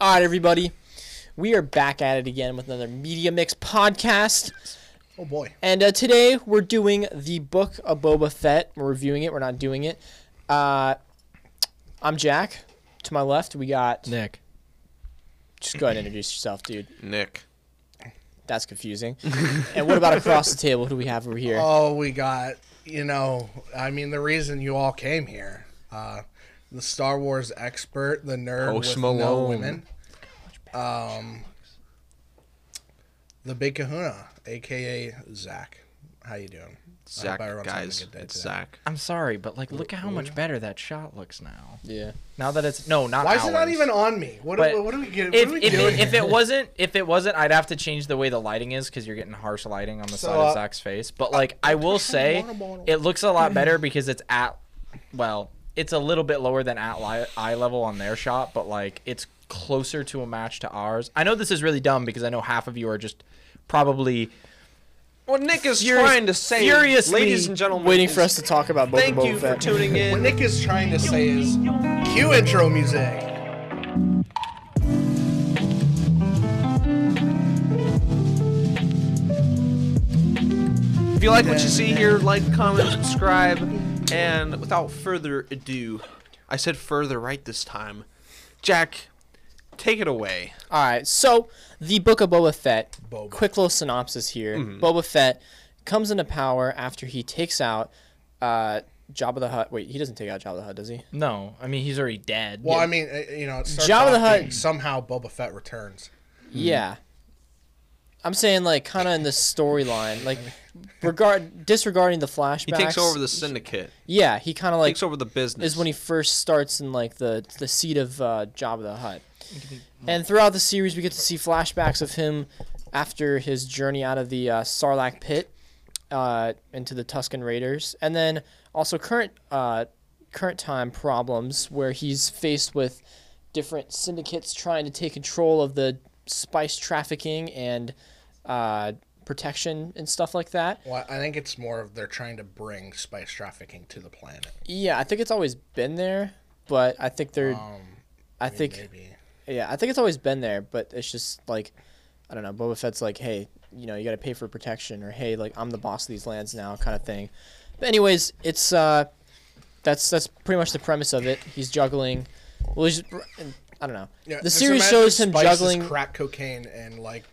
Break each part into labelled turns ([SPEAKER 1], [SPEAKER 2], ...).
[SPEAKER 1] All right, everybody. We are back at it again with another Media Mix podcast.
[SPEAKER 2] Oh boy.
[SPEAKER 1] And uh, today we're doing the book of Boba Fett. We're reviewing it. We're not doing it. Uh, I'm Jack. To my left, we got.
[SPEAKER 3] Nick.
[SPEAKER 1] Just go ahead and introduce yourself, dude.
[SPEAKER 3] Nick.
[SPEAKER 1] That's confusing. and what about across the table? Who do we have over here?
[SPEAKER 2] Oh, we got, you know, I mean, the reason you all came here. Uh, the Star Wars expert, the nerd
[SPEAKER 3] Post
[SPEAKER 2] with no
[SPEAKER 3] Malone.
[SPEAKER 2] women. Um, the Big Kahuna, aka Zach. How you doing? I hope
[SPEAKER 4] Zach,
[SPEAKER 2] everyone's having a
[SPEAKER 4] guys,
[SPEAKER 2] good day
[SPEAKER 4] it's
[SPEAKER 2] today.
[SPEAKER 4] Zach.
[SPEAKER 3] I'm sorry, but like, look at how much better that shot looks now.
[SPEAKER 1] Yeah.
[SPEAKER 3] Now that it's no, not.
[SPEAKER 2] Why is it not
[SPEAKER 3] ours.
[SPEAKER 2] even on me? What,
[SPEAKER 3] But
[SPEAKER 2] do, what do we get? What
[SPEAKER 3] If,
[SPEAKER 2] are we
[SPEAKER 3] if,
[SPEAKER 2] doing?
[SPEAKER 3] it, if it wasn't, if it wasn't, I'd have to change the way the lighting is because you're getting harsh lighting on the
[SPEAKER 2] So,
[SPEAKER 3] side of
[SPEAKER 2] uh,
[SPEAKER 3] Zach's face. But like, I will say, it looks a lot better because it's at, well, it's a little bit lower than at li- eye level on their shot, but like, it's closer to a match to ours. I know this is really dumb because I know half of you are just probably
[SPEAKER 4] Well, Nick is
[SPEAKER 3] Furious-
[SPEAKER 4] trying to say,
[SPEAKER 3] furiously
[SPEAKER 4] ladies and gentlemen,
[SPEAKER 1] Waiting for us to talk about Book
[SPEAKER 4] Thank
[SPEAKER 1] of Boba
[SPEAKER 4] you for
[SPEAKER 1] Fett.
[SPEAKER 4] tuning
[SPEAKER 2] what
[SPEAKER 4] in.
[SPEAKER 2] Nick is trying to say is cue intro music.
[SPEAKER 4] If you like what you see here, like, comment, subscribe, and without further ado, I said further right this time. Jack, take it away.
[SPEAKER 1] All right, so the Book of Boba Fett.
[SPEAKER 2] Boba.
[SPEAKER 1] Quick little synopsis here.
[SPEAKER 4] Mm-hmm.
[SPEAKER 1] Boba Fett comes into power after he takes out uh, Jabba the Hutt. Wait, he doesn't take out Jabba the Hutt, does he?
[SPEAKER 4] Mm-hmm.
[SPEAKER 3] no. I mean, he's already dead.
[SPEAKER 2] Well, I mean, uh, you know, it starts
[SPEAKER 1] Jabba the
[SPEAKER 2] off
[SPEAKER 1] Hutt-
[SPEAKER 2] being somehow Boba Fett returns.
[SPEAKER 1] Yeah. I'm saying like kind of in the storyline, like regard disregarding the flashbacks.
[SPEAKER 4] He takes over the syndicate.
[SPEAKER 1] Yeah, he kind of like
[SPEAKER 4] takes over the business.
[SPEAKER 1] is when he first starts in like the the seat of uh, Jabba the Hutt. And throughout the series, we get to see flashbacks of him after his journey out of the uh, Sarlacc pit uh, into the Tuscan Raiders, and then also current uh, current time problems where he's faced with different syndicates trying to take control of the spice trafficking and uh, protection and stuff like that.
[SPEAKER 2] Well, I think it's more of they're trying to bring spice trafficking to the planet.
[SPEAKER 1] Yeah, I think it's always been there, but I think they're. I think
[SPEAKER 2] maybe.
[SPEAKER 1] Yeah, I think it's always been there, but it's just like, I don't know. Boba Fett's like, hey, you know, you got to pay for protection, or hey, like I'm the boss of these lands now, kind of thing. But anyways, it's uh, that's that's pretty much the premise of it. He's juggling. Well, he's I don't know.
[SPEAKER 2] Yeah,
[SPEAKER 1] the
[SPEAKER 2] just
[SPEAKER 1] series
[SPEAKER 2] imagine
[SPEAKER 1] shows him
[SPEAKER 2] spice is
[SPEAKER 1] juggling.
[SPEAKER 2] crack cocaine, and like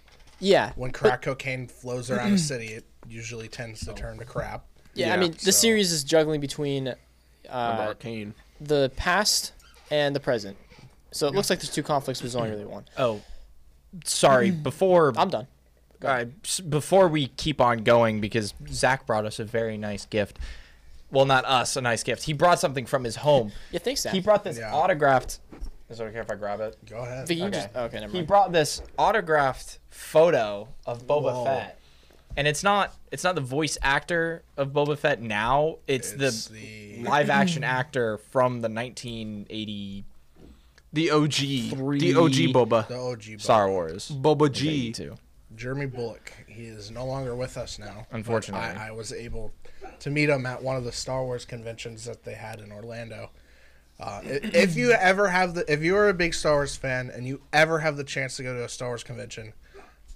[SPEAKER 1] yeah,
[SPEAKER 2] when crack cocaine flows around a city, it usually tends to turn to crap.
[SPEAKER 1] yeah, I
[SPEAKER 4] Yeah,
[SPEAKER 1] mean, the
[SPEAKER 2] so-
[SPEAKER 1] series is juggling between
[SPEAKER 4] Remember
[SPEAKER 1] uh,
[SPEAKER 4] Arcane.
[SPEAKER 1] the past and the present. So it looks like there's two conflicts, but there's only really one.
[SPEAKER 3] oh, sorry. Before
[SPEAKER 1] I'm done.
[SPEAKER 3] Uh, s- before we keep on going, because Zach brought us a very nice gift. Well, not us, a nice gift. He brought something from his home.
[SPEAKER 1] Yeah, thanks, Zach.
[SPEAKER 3] He brought this
[SPEAKER 2] Yeah.
[SPEAKER 3] autographed. Is it okay if I grab it?
[SPEAKER 2] Go ahead.
[SPEAKER 1] Vic, you
[SPEAKER 3] Okay.
[SPEAKER 1] just okay, never
[SPEAKER 3] He
[SPEAKER 1] mind.
[SPEAKER 3] brought this autographed photo of Boba
[SPEAKER 2] Whoa.
[SPEAKER 3] Fett, and it's not it's not the voice actor of Boba Fett now. It's,
[SPEAKER 2] It's
[SPEAKER 3] the,
[SPEAKER 2] the-
[SPEAKER 3] live action actor from the 1980
[SPEAKER 4] The OG. The OG
[SPEAKER 2] the
[SPEAKER 4] Boba.
[SPEAKER 2] OG Bob.
[SPEAKER 3] Star Wars.
[SPEAKER 4] Boba G.
[SPEAKER 3] 82.
[SPEAKER 2] Jeremy Bullock. He is no longer with us now. but
[SPEAKER 3] Unfortunately.
[SPEAKER 2] I, I was able to meet him at one of the Star Wars conventions that they had in Orlando. Uh, i- if you ever have the, if you are a big Star Wars fan and you ever have the chance to go to a Star Wars convention,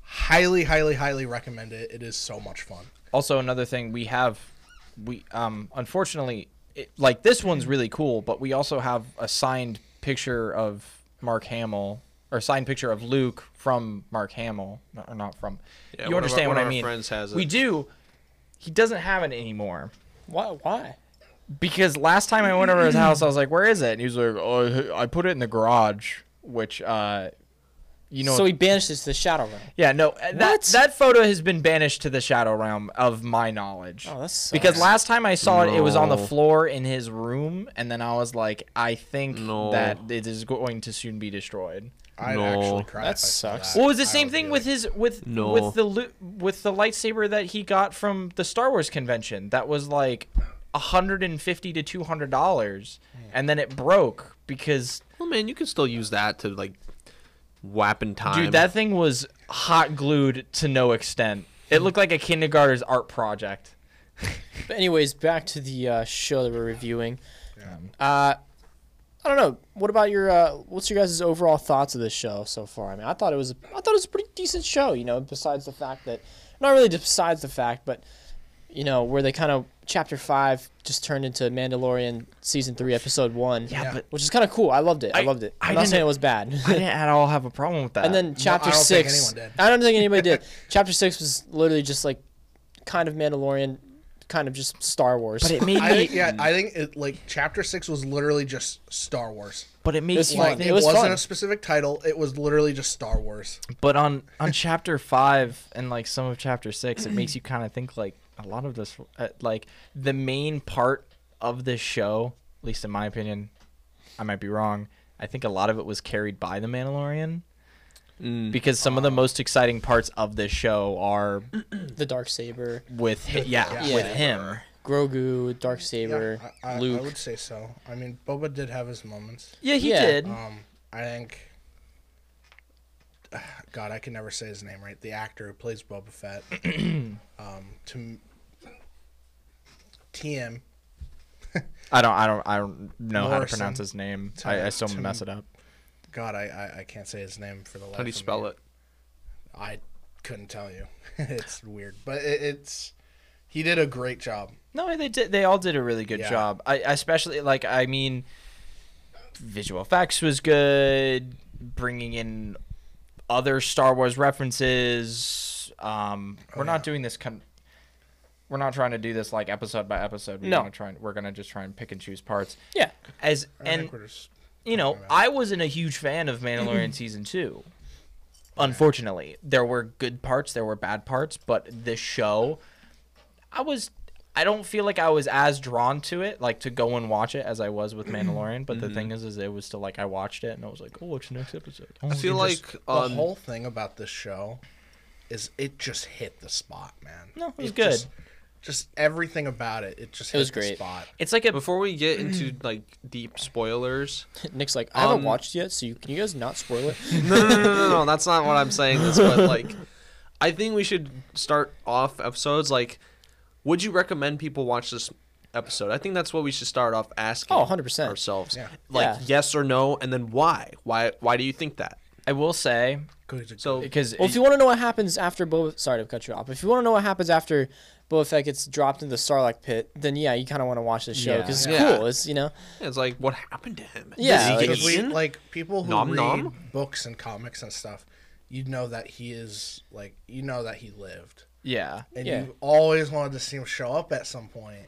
[SPEAKER 2] highly, highly, highly recommend it. It is so much fun.
[SPEAKER 3] also another thing we have we um unfortunately it, like this one's really cool but we also have a signed picture of mark hamill or signed picture of luke from mark hamill no, or not from
[SPEAKER 4] Yeah, one of
[SPEAKER 3] you
[SPEAKER 4] our-
[SPEAKER 3] understand
[SPEAKER 4] one
[SPEAKER 3] what
[SPEAKER 4] of
[SPEAKER 3] i
[SPEAKER 4] our
[SPEAKER 3] mean
[SPEAKER 4] friends has
[SPEAKER 3] we
[SPEAKER 4] it.
[SPEAKER 3] do he doesn't have it anymore
[SPEAKER 1] Why? Why?
[SPEAKER 3] because last time I went over to his house, I was like, "Where is it?" And he was like, "Oh, I put it in the garage." Which, uh, you know,
[SPEAKER 1] so he banished us to the Shadow Realm.
[SPEAKER 3] yeah, no, uh, that that photo has been banished to the shadow realm of my knowledge.
[SPEAKER 1] Oh, that sucks.
[SPEAKER 3] Because last time I saw it, it was on the
[SPEAKER 4] No.
[SPEAKER 3] floor in his room, and then I was like, I think
[SPEAKER 4] No.
[SPEAKER 3] that it is going to soon be destroyed.
[SPEAKER 2] I'd
[SPEAKER 4] No.
[SPEAKER 2] actually cry.
[SPEAKER 1] That
[SPEAKER 2] if I saw
[SPEAKER 1] sucks.
[SPEAKER 2] that.
[SPEAKER 3] Well, it was the
[SPEAKER 2] I
[SPEAKER 3] same
[SPEAKER 2] would
[SPEAKER 3] thing
[SPEAKER 2] be
[SPEAKER 3] with
[SPEAKER 2] like,
[SPEAKER 3] his with
[SPEAKER 4] No.
[SPEAKER 3] with the lu- with the lightsaber that he got from the Star Wars convention. That was like hundred and fifty to two hundred dollars, and then it broke because
[SPEAKER 4] Well, man, you can still use that to, like, weapon time.
[SPEAKER 3] dude, that thing was hot glued to no extent. It looked like a kindergartner's art project.
[SPEAKER 1] But anyways, back to the uh, show that we're reviewing. Uh, I don't know. What about your uh, what's your guys' overall thoughts of this show so far? I mean, I thought it was a, I thought it was a pretty decent show. You know, besides the fact that not really besides the fact, but you know where they kind of chapter five just turned into Mandalorian season three episode one.
[SPEAKER 3] Yeah, but-
[SPEAKER 1] which is kind of cool. I loved it. I,
[SPEAKER 3] I-
[SPEAKER 1] loved it.
[SPEAKER 3] I
[SPEAKER 1] I'm not
[SPEAKER 3] didn't-
[SPEAKER 1] saying it was bad.
[SPEAKER 3] I didn't at all have a problem with that.
[SPEAKER 1] and then chapter
[SPEAKER 2] I don't think
[SPEAKER 1] six.
[SPEAKER 2] anyone did.
[SPEAKER 1] I don't think anybody did. Chapter six was literally just like kind of Mandalorian, kind of just Star Wars.
[SPEAKER 3] but it made
[SPEAKER 2] I
[SPEAKER 3] me.
[SPEAKER 2] think, yeah, I think it, like chapter six was literally just Star Wars.
[SPEAKER 3] But it made
[SPEAKER 1] It's
[SPEAKER 3] me
[SPEAKER 1] fine.
[SPEAKER 2] Like
[SPEAKER 3] think
[SPEAKER 2] it,
[SPEAKER 1] was
[SPEAKER 2] wasn't
[SPEAKER 1] fun.
[SPEAKER 2] a specific title. It was literally just Star Wars.
[SPEAKER 3] But on on chapter five and like some of chapter six, it makes you kind of think like a lot of this, uh, like the main part of this show, at least in my opinion, I might be wrong. I think a lot of it was carried by the Mandalorian.
[SPEAKER 1] Mm.
[SPEAKER 3] Because some of the most exciting parts of this show are
[SPEAKER 1] the dark saber,
[SPEAKER 3] with hi- yeah,
[SPEAKER 1] yeah.
[SPEAKER 3] with
[SPEAKER 1] Yeah.
[SPEAKER 3] him.
[SPEAKER 1] Grogu, dark saber,
[SPEAKER 2] Yeah, I, I, I
[SPEAKER 1] Luke.
[SPEAKER 2] would say so. I mean, Boba did have his moments.
[SPEAKER 3] Yeah, he
[SPEAKER 1] Yeah.
[SPEAKER 3] did.
[SPEAKER 2] Um, I think. God, I can never say his name right. The actor who plays Boba Fett. um, to m- TM
[SPEAKER 3] I don't I don't I don't know how to
[SPEAKER 2] Morrison.
[SPEAKER 3] pronounce his name. I, I still
[SPEAKER 2] Tim-
[SPEAKER 3] mess it up.
[SPEAKER 2] God, I, I, I can't say his name for the life.
[SPEAKER 4] How do you
[SPEAKER 2] of
[SPEAKER 4] spell
[SPEAKER 2] me.
[SPEAKER 4] it?
[SPEAKER 2] I couldn't tell you. it's weird, but it, it's he did a great job.
[SPEAKER 3] No, they did. They all did a really good
[SPEAKER 2] Yeah.
[SPEAKER 3] job. I I especially like. I mean, visual effects was good. Bringing in other Star Wars references. Um, we're
[SPEAKER 2] Oh,
[SPEAKER 3] not doing this. Con- we're not trying to do this like episode by episode. We're
[SPEAKER 1] No.
[SPEAKER 3] gonna try and, we're gonna just try and pick and choose parts.
[SPEAKER 1] yeah,
[SPEAKER 3] As
[SPEAKER 2] I
[SPEAKER 3] and
[SPEAKER 2] think we're just-
[SPEAKER 3] you know,
[SPEAKER 2] about.
[SPEAKER 3] I wasn't a huge fan of Mandalorian season two. Unfortunately, there were good parts, there were bad parts, but this show, I was, I don't feel like I was as drawn to it, like to go and watch it as I was with Mandalorian. But the thing is, is it was still like I watched it and I was like, oh, what's the next episode? Oh,
[SPEAKER 4] I feel
[SPEAKER 3] it
[SPEAKER 4] like
[SPEAKER 3] just-
[SPEAKER 4] um,
[SPEAKER 2] the whole thing about this show is it just hit the spot, man.
[SPEAKER 3] No, it was good.
[SPEAKER 2] Just, just everything about it, it just hit
[SPEAKER 1] was
[SPEAKER 2] the
[SPEAKER 1] great.
[SPEAKER 2] spot.
[SPEAKER 3] it's like a
[SPEAKER 4] before we get into like deep spoilers.
[SPEAKER 1] Nick's like I haven't
[SPEAKER 4] Um,
[SPEAKER 1] watched yet, so you, can you guys not spoil it?
[SPEAKER 4] No, no, no, no, no, no. That's not what I'm saying. This, but like, I think we should start off episodes like, would you recommend people watch this episode? I think that's what we should start off asking.
[SPEAKER 1] Oh, 100%.
[SPEAKER 4] ourselves.
[SPEAKER 2] Yeah.
[SPEAKER 4] Like
[SPEAKER 1] Yeah.
[SPEAKER 4] yes or no, and then why? Why? Why do you think that?
[SPEAKER 3] I will say
[SPEAKER 2] Good, good.
[SPEAKER 4] So
[SPEAKER 3] because
[SPEAKER 1] Well, if you want to know what happens after Boba, sorry to cut you off. If you want to know what happens after Boba Fett gets dropped into the Sarlacc pit, then yeah, you kind of want to watch this show
[SPEAKER 3] Yeah.
[SPEAKER 1] because it's
[SPEAKER 4] Yeah.
[SPEAKER 1] cool. It's you know,
[SPEAKER 4] it's like what happened to him?
[SPEAKER 1] Yeah,
[SPEAKER 4] Did he
[SPEAKER 2] Because
[SPEAKER 4] get
[SPEAKER 2] we,
[SPEAKER 4] eaten?
[SPEAKER 2] like people who
[SPEAKER 4] Nom
[SPEAKER 2] read
[SPEAKER 4] nom?
[SPEAKER 2] books and comics and stuff, you know that he is like you know that he lived,
[SPEAKER 3] yeah,
[SPEAKER 2] and
[SPEAKER 1] Yeah.
[SPEAKER 2] you always wanted to see him show up at some point,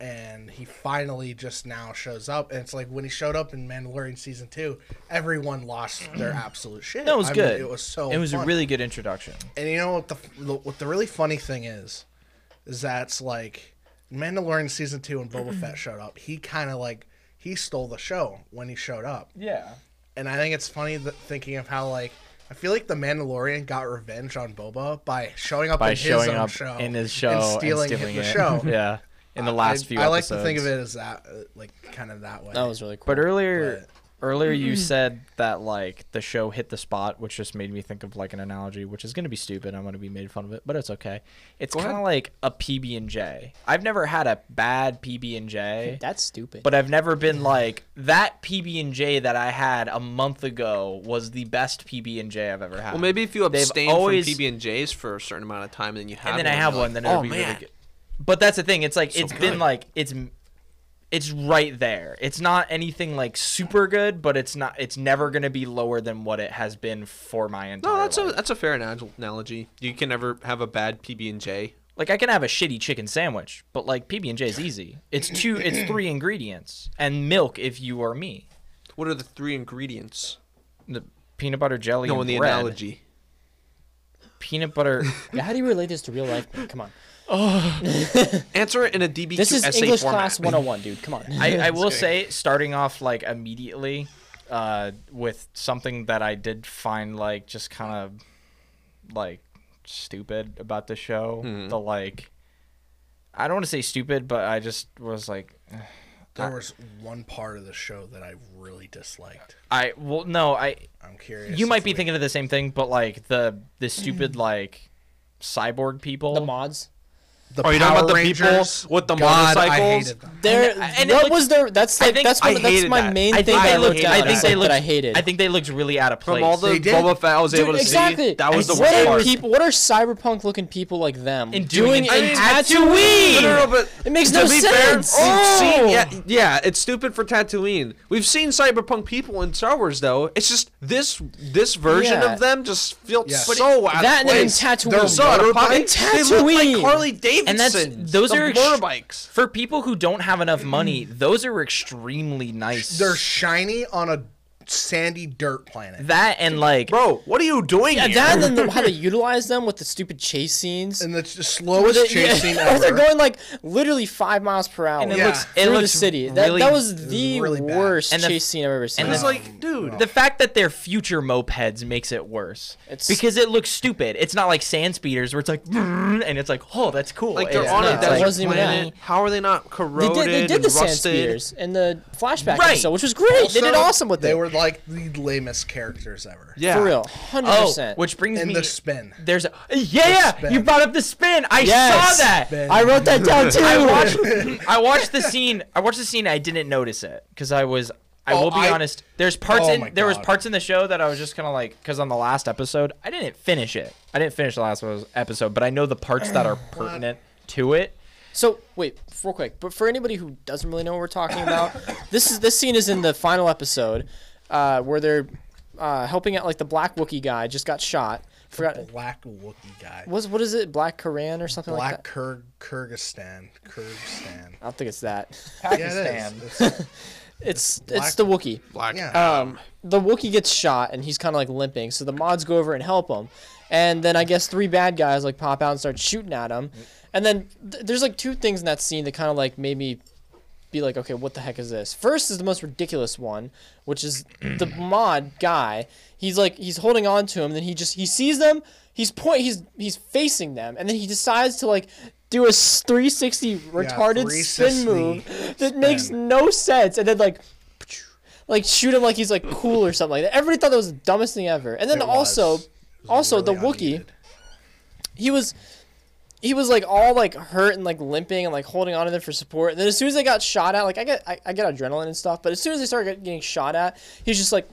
[SPEAKER 2] and he finally just now shows up. And it's like when he showed up in Mandalorian season two, everyone lost their absolute shit.
[SPEAKER 3] no, it was
[SPEAKER 2] I mean,
[SPEAKER 3] good.
[SPEAKER 2] it was so.
[SPEAKER 3] It was a
[SPEAKER 2] fun.
[SPEAKER 3] really good introduction.
[SPEAKER 2] And you know what the what the really funny thing is, is that's like Mandalorian season two when Boba Fett showed up. He kind of like he stole the show when he showed up,
[SPEAKER 3] Yeah.
[SPEAKER 2] and I think it's funny that thinking of how like I feel like the Mandalorian got revenge on Boba by showing up
[SPEAKER 3] by
[SPEAKER 2] in
[SPEAKER 3] showing
[SPEAKER 2] his own
[SPEAKER 3] up
[SPEAKER 2] show
[SPEAKER 3] in his show and stealing,
[SPEAKER 2] the
[SPEAKER 3] it.
[SPEAKER 2] show.
[SPEAKER 3] Yeah, in the last
[SPEAKER 2] I,
[SPEAKER 3] few.
[SPEAKER 2] I like
[SPEAKER 3] episodes.
[SPEAKER 2] to think of it as that, uh, like kind of that way.
[SPEAKER 1] that was really cool.
[SPEAKER 3] But earlier, earlier you said that like the show hit the spot, which just made me think of like an analogy, which is gonna be stupid. I'm gonna be made fun of it, but it's okay. It's kind of like a PB and J. I've never had a bad PB and J,
[SPEAKER 1] That's stupid.
[SPEAKER 3] but I've never been like that PB and J that I had a month ago was the best PB and J I've ever had.
[SPEAKER 4] Well, maybe if you
[SPEAKER 3] They've
[SPEAKER 4] abstain
[SPEAKER 3] always-
[SPEAKER 4] from PB and J's for a certain amount of time, then you have
[SPEAKER 3] and then I have one,
[SPEAKER 4] you're
[SPEAKER 3] then
[SPEAKER 4] like,
[SPEAKER 3] it'll
[SPEAKER 4] oh,
[SPEAKER 3] be
[SPEAKER 4] man.
[SPEAKER 3] really good. But that's the thing. It's like
[SPEAKER 4] So
[SPEAKER 3] it's been
[SPEAKER 4] good.
[SPEAKER 3] like it's it's right there. It's not anything like super good, but it's not. It's never gonna be lower than what it has been for my entire.
[SPEAKER 4] No, that's a
[SPEAKER 3] life.
[SPEAKER 4] that's a fair anal- analogy. You can never have a bad PB and J.
[SPEAKER 3] like I can have a shitty chicken sandwich, but like PB and J is easy. It's two. It's three ingredients and milk if you are me.
[SPEAKER 4] What are the three ingredients?
[SPEAKER 3] The peanut butter jelly.
[SPEAKER 4] No,
[SPEAKER 3] and
[SPEAKER 4] in the
[SPEAKER 3] bread.
[SPEAKER 4] analogy.
[SPEAKER 3] Peanut butter.
[SPEAKER 1] Yeah, how do you relate this to real life? man? Come on,
[SPEAKER 4] Answer it in a DB2
[SPEAKER 1] this is
[SPEAKER 4] essay
[SPEAKER 1] English
[SPEAKER 4] format.
[SPEAKER 1] class 101, dude. Come on.
[SPEAKER 3] I, I will say, starting off like immediately uh, with something that I did find like just kind of like stupid about the show.
[SPEAKER 4] Mm-hmm.
[SPEAKER 3] The like, I don't want to say stupid, but I just was like,
[SPEAKER 2] there was one part of the show that I really disliked.
[SPEAKER 3] I well, no, I
[SPEAKER 2] I'm curious.
[SPEAKER 3] you
[SPEAKER 2] if
[SPEAKER 3] might be thinking of the
[SPEAKER 4] Mm.
[SPEAKER 3] same thing, but like the the stupid like cyborg people.
[SPEAKER 1] the mods.
[SPEAKER 2] The
[SPEAKER 4] Are you talking
[SPEAKER 2] Power
[SPEAKER 4] about the
[SPEAKER 2] Rangers,
[SPEAKER 4] people with the
[SPEAKER 2] God, I
[SPEAKER 4] motorcycles?
[SPEAKER 2] hated them.
[SPEAKER 1] There,
[SPEAKER 3] And- and it
[SPEAKER 1] what
[SPEAKER 3] looked-
[SPEAKER 1] was their? That's
[SPEAKER 3] I
[SPEAKER 1] like,
[SPEAKER 3] think
[SPEAKER 1] that's
[SPEAKER 4] I
[SPEAKER 1] one, that's
[SPEAKER 4] hated
[SPEAKER 1] my
[SPEAKER 4] that.
[SPEAKER 1] main
[SPEAKER 3] I
[SPEAKER 1] thing
[SPEAKER 3] think
[SPEAKER 1] that
[SPEAKER 3] they
[SPEAKER 1] I
[SPEAKER 3] looked.
[SPEAKER 1] looked
[SPEAKER 4] hated
[SPEAKER 1] at.
[SPEAKER 3] I
[SPEAKER 4] that.
[SPEAKER 3] think they
[SPEAKER 1] that
[SPEAKER 3] looked.
[SPEAKER 1] I hated.
[SPEAKER 3] I think they looked really out of place.
[SPEAKER 4] From all the
[SPEAKER 2] They did.
[SPEAKER 4] Boba Fett I was
[SPEAKER 1] Dude,
[SPEAKER 4] able to
[SPEAKER 1] exactly.
[SPEAKER 4] see, that was the
[SPEAKER 1] what
[SPEAKER 4] worst
[SPEAKER 1] are
[SPEAKER 4] part.
[SPEAKER 1] people? What are cyberpunk looking people like them
[SPEAKER 3] And doing it in
[SPEAKER 1] Tatooine?
[SPEAKER 4] No, no, no, but
[SPEAKER 1] It makes
[SPEAKER 4] to
[SPEAKER 1] no
[SPEAKER 4] be
[SPEAKER 1] sense.
[SPEAKER 4] Fair,
[SPEAKER 1] Oh.
[SPEAKER 4] we've seen, yeah, yeah, it's stupid for Tatooine. We've seen cyberpunk people in Star Wars though. It's just this this version
[SPEAKER 1] Yeah.
[SPEAKER 4] of them just felt
[SPEAKER 2] Yes. But
[SPEAKER 4] so out
[SPEAKER 1] that and
[SPEAKER 4] of
[SPEAKER 1] then in
[SPEAKER 4] place.
[SPEAKER 1] Tatooine.
[SPEAKER 4] They're so out of
[SPEAKER 1] In
[SPEAKER 4] pocket. They look
[SPEAKER 1] Tatooine.
[SPEAKER 4] like Harley Davidson.
[SPEAKER 3] And that's- those
[SPEAKER 4] the
[SPEAKER 3] are ex-
[SPEAKER 4] motorbikes.
[SPEAKER 3] For people who don't have enough money,
[SPEAKER 4] Mm.
[SPEAKER 3] those are extremely nice.
[SPEAKER 2] They're shiny on a sandy dirt planet.
[SPEAKER 3] that and like
[SPEAKER 4] Bro, what are you doing
[SPEAKER 1] Yeah,
[SPEAKER 4] here?
[SPEAKER 1] that and then how they utilize them with the stupid chase scenes.
[SPEAKER 2] and the t-
[SPEAKER 1] Or
[SPEAKER 2] slowest chase scene
[SPEAKER 1] or they're
[SPEAKER 2] ever.
[SPEAKER 1] going like literally five miles per hour.
[SPEAKER 3] And it
[SPEAKER 2] Yeah.
[SPEAKER 3] looks it
[SPEAKER 1] Through
[SPEAKER 3] looks
[SPEAKER 1] the city. That,
[SPEAKER 3] really-
[SPEAKER 1] that was the
[SPEAKER 2] really bad.
[SPEAKER 1] worst
[SPEAKER 3] And the-
[SPEAKER 1] chase scene I've ever seen.
[SPEAKER 3] and
[SPEAKER 4] it's
[SPEAKER 3] the-
[SPEAKER 4] like, dude,
[SPEAKER 3] the fact that they're future mopeds makes it worse.
[SPEAKER 1] It's-
[SPEAKER 3] because it looks stupid. It's not like sand speeders where it's like and it's like, oh, that's cool.
[SPEAKER 4] like they're
[SPEAKER 3] It's
[SPEAKER 4] on
[SPEAKER 1] not,
[SPEAKER 4] a
[SPEAKER 1] like-
[SPEAKER 4] desert
[SPEAKER 1] wasn't even
[SPEAKER 4] planet.
[SPEAKER 1] that.
[SPEAKER 4] How are they not
[SPEAKER 1] they
[SPEAKER 4] corroded
[SPEAKER 1] did, they did the
[SPEAKER 4] and
[SPEAKER 1] sand
[SPEAKER 4] rusted?
[SPEAKER 1] speeders in the flashback
[SPEAKER 3] Right.
[SPEAKER 1] episode, which was great. they did
[SPEAKER 2] Also,
[SPEAKER 1] awesome with
[SPEAKER 2] They
[SPEAKER 1] it.
[SPEAKER 2] were like the lamest characters ever.
[SPEAKER 4] Yeah,
[SPEAKER 1] For real, hundred
[SPEAKER 3] Oh,
[SPEAKER 1] percent.
[SPEAKER 3] which brings
[SPEAKER 2] And
[SPEAKER 3] me
[SPEAKER 2] the spin.
[SPEAKER 3] there's a, yeah,
[SPEAKER 2] The spin.
[SPEAKER 3] you brought up the spin. I
[SPEAKER 1] Yes.
[SPEAKER 3] saw that.
[SPEAKER 2] Spin.
[SPEAKER 1] I wrote that down too.
[SPEAKER 3] I watched I watched the scene. I watched the scene. I didn't notice it because I was. I
[SPEAKER 2] Oh,
[SPEAKER 3] will be
[SPEAKER 2] I-
[SPEAKER 3] honest. There's parts
[SPEAKER 2] Oh my
[SPEAKER 3] in there was
[SPEAKER 2] God.
[SPEAKER 3] parts in the show that I was just kind of like because on the last episode I didn't finish it. I didn't finish the last was- episode, but I know the parts that are pertinent to it.
[SPEAKER 1] So wait, real quick. But for anybody who doesn't really know what we're talking about, this is this scene is in the final episode, uh, where they're uh, helping out like the Black Wookiee guy just got shot. Forgot
[SPEAKER 2] Black Wookiee guy.
[SPEAKER 1] was what is it Black Koran or something like
[SPEAKER 2] Black
[SPEAKER 1] that?
[SPEAKER 2] Kur- Kyrgyzstan. Kyrgyzstan.
[SPEAKER 1] I don't think it's that.
[SPEAKER 2] Yeah, it is. It's-
[SPEAKER 1] It's
[SPEAKER 2] Black-
[SPEAKER 1] it's the Wookiee.
[SPEAKER 4] black.
[SPEAKER 2] yeah.
[SPEAKER 1] Um, the Wookiee gets shot and he's kind of like limping, so the mods go over and help him. And then I guess three bad guys like pop out and start shooting at him. And then th- there's like two things in that scene that kind of like made me be like, okay, what the heck is this? First is the most ridiculous one, which is the mod guy. He's like he's holding on to him, then he just he sees them. He's point he's he's facing them, and then he decides to like do a s- 360 retarded spin
[SPEAKER 2] 360
[SPEAKER 1] move that makes no sense, and then like like shoot him like he's like cool or something like that. Everybody thought that was the dumbest thing ever. And then
[SPEAKER 2] It was.
[SPEAKER 1] also,
[SPEAKER 2] It was
[SPEAKER 1] also the
[SPEAKER 2] really
[SPEAKER 1] Wookiee,
[SPEAKER 2] unneeded.
[SPEAKER 1] he was, he was like all like hurt and like limping and like holding on to them for support. And then as soon as they got shot at, like I get I, I get adrenaline and stuff, but as soon as they started get- getting shot at, he's just like,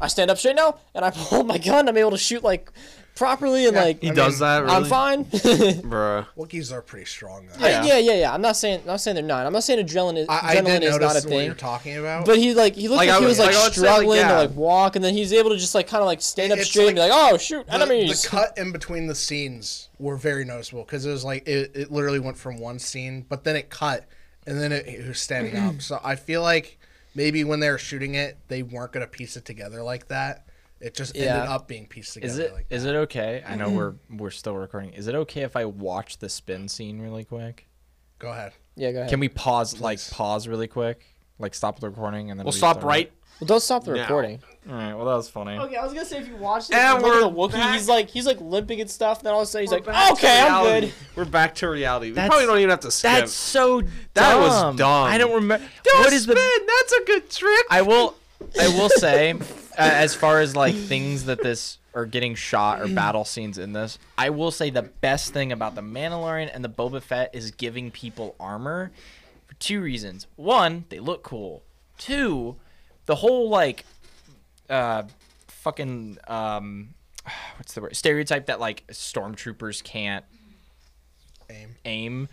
[SPEAKER 1] I stand up straight now and I pull my gun. I'm able to shoot like properly and
[SPEAKER 2] Yeah.
[SPEAKER 1] like
[SPEAKER 4] He
[SPEAKER 2] I
[SPEAKER 4] does
[SPEAKER 2] mean,
[SPEAKER 4] that. Really?
[SPEAKER 1] I'm fine. yeah.
[SPEAKER 4] Bruh.
[SPEAKER 2] Wookiees are pretty strong. Though.
[SPEAKER 4] Yeah.
[SPEAKER 1] yeah, yeah, yeah. I'm not saying not saying they're not. I'm not saying adrenaline is,
[SPEAKER 2] I, I
[SPEAKER 1] adrenaline
[SPEAKER 2] did
[SPEAKER 1] is
[SPEAKER 2] notice
[SPEAKER 1] not a
[SPEAKER 2] what
[SPEAKER 1] thing.
[SPEAKER 2] you're talking about.
[SPEAKER 1] But he like he looked
[SPEAKER 4] Like,
[SPEAKER 1] like,
[SPEAKER 4] I
[SPEAKER 1] he
[SPEAKER 4] would-
[SPEAKER 1] was like
[SPEAKER 4] like I would say, like,
[SPEAKER 1] struggling
[SPEAKER 4] yeah.
[SPEAKER 1] to like walk, and then he's able to just like kind of like stand up
[SPEAKER 2] It's
[SPEAKER 1] straight and be
[SPEAKER 2] like
[SPEAKER 1] like, "Oh shoot,
[SPEAKER 2] the,
[SPEAKER 1] enemies!"
[SPEAKER 2] the cut in between the scenes were very noticeable because it was like it, it literally went from one scene, but then it cut, and then it, it was standing up. So I feel like maybe when they were shooting it, they weren't gonna piece it together like that. It just ended
[SPEAKER 1] Yeah.
[SPEAKER 2] up being pieced together.
[SPEAKER 3] Is it
[SPEAKER 2] like that.
[SPEAKER 3] is it okay? I know we're we're still recording. Is it okay if I watch the spin scene really quick?
[SPEAKER 2] Go ahead.
[SPEAKER 1] yeah, go ahead.
[SPEAKER 3] Can we pause like pause really quick? Like stop the recording and then
[SPEAKER 4] We'll stop
[SPEAKER 3] restart it?
[SPEAKER 4] right.
[SPEAKER 1] well, don't stop the
[SPEAKER 4] No.
[SPEAKER 1] recording.
[SPEAKER 3] All right. Well, that was funny.
[SPEAKER 1] Okay, I was gonna say if you watch
[SPEAKER 4] if And you look at the
[SPEAKER 1] the
[SPEAKER 4] we're
[SPEAKER 1] Wookiee,
[SPEAKER 4] Wookiee, back-
[SPEAKER 1] he's
[SPEAKER 4] he's
[SPEAKER 1] like he's like limping and stuff, and then all of a sudden he's
[SPEAKER 4] We're
[SPEAKER 1] like,
[SPEAKER 4] back to
[SPEAKER 1] "Okay, I'm
[SPEAKER 4] reality.
[SPEAKER 1] good."
[SPEAKER 4] We're back to reality. We
[SPEAKER 3] That's-
[SPEAKER 4] probably don't even have to skip.
[SPEAKER 3] That's so
[SPEAKER 4] That was
[SPEAKER 3] dumb.
[SPEAKER 4] dumb.
[SPEAKER 3] I don't remember.
[SPEAKER 4] Do a
[SPEAKER 3] What is the?
[SPEAKER 4] spin, That's a good trick.
[SPEAKER 3] I will. I will say, uh, as far as like things that this or getting shot or battle scenes in this, I will say the best thing about the Mandalorian and the Boba Fett is giving people armor for two reasons. One, they look cool. Two, the whole like, uh, fucking um, what's the word? Stereotype that like stormtroopers can't
[SPEAKER 2] Aim.
[SPEAKER 3] aim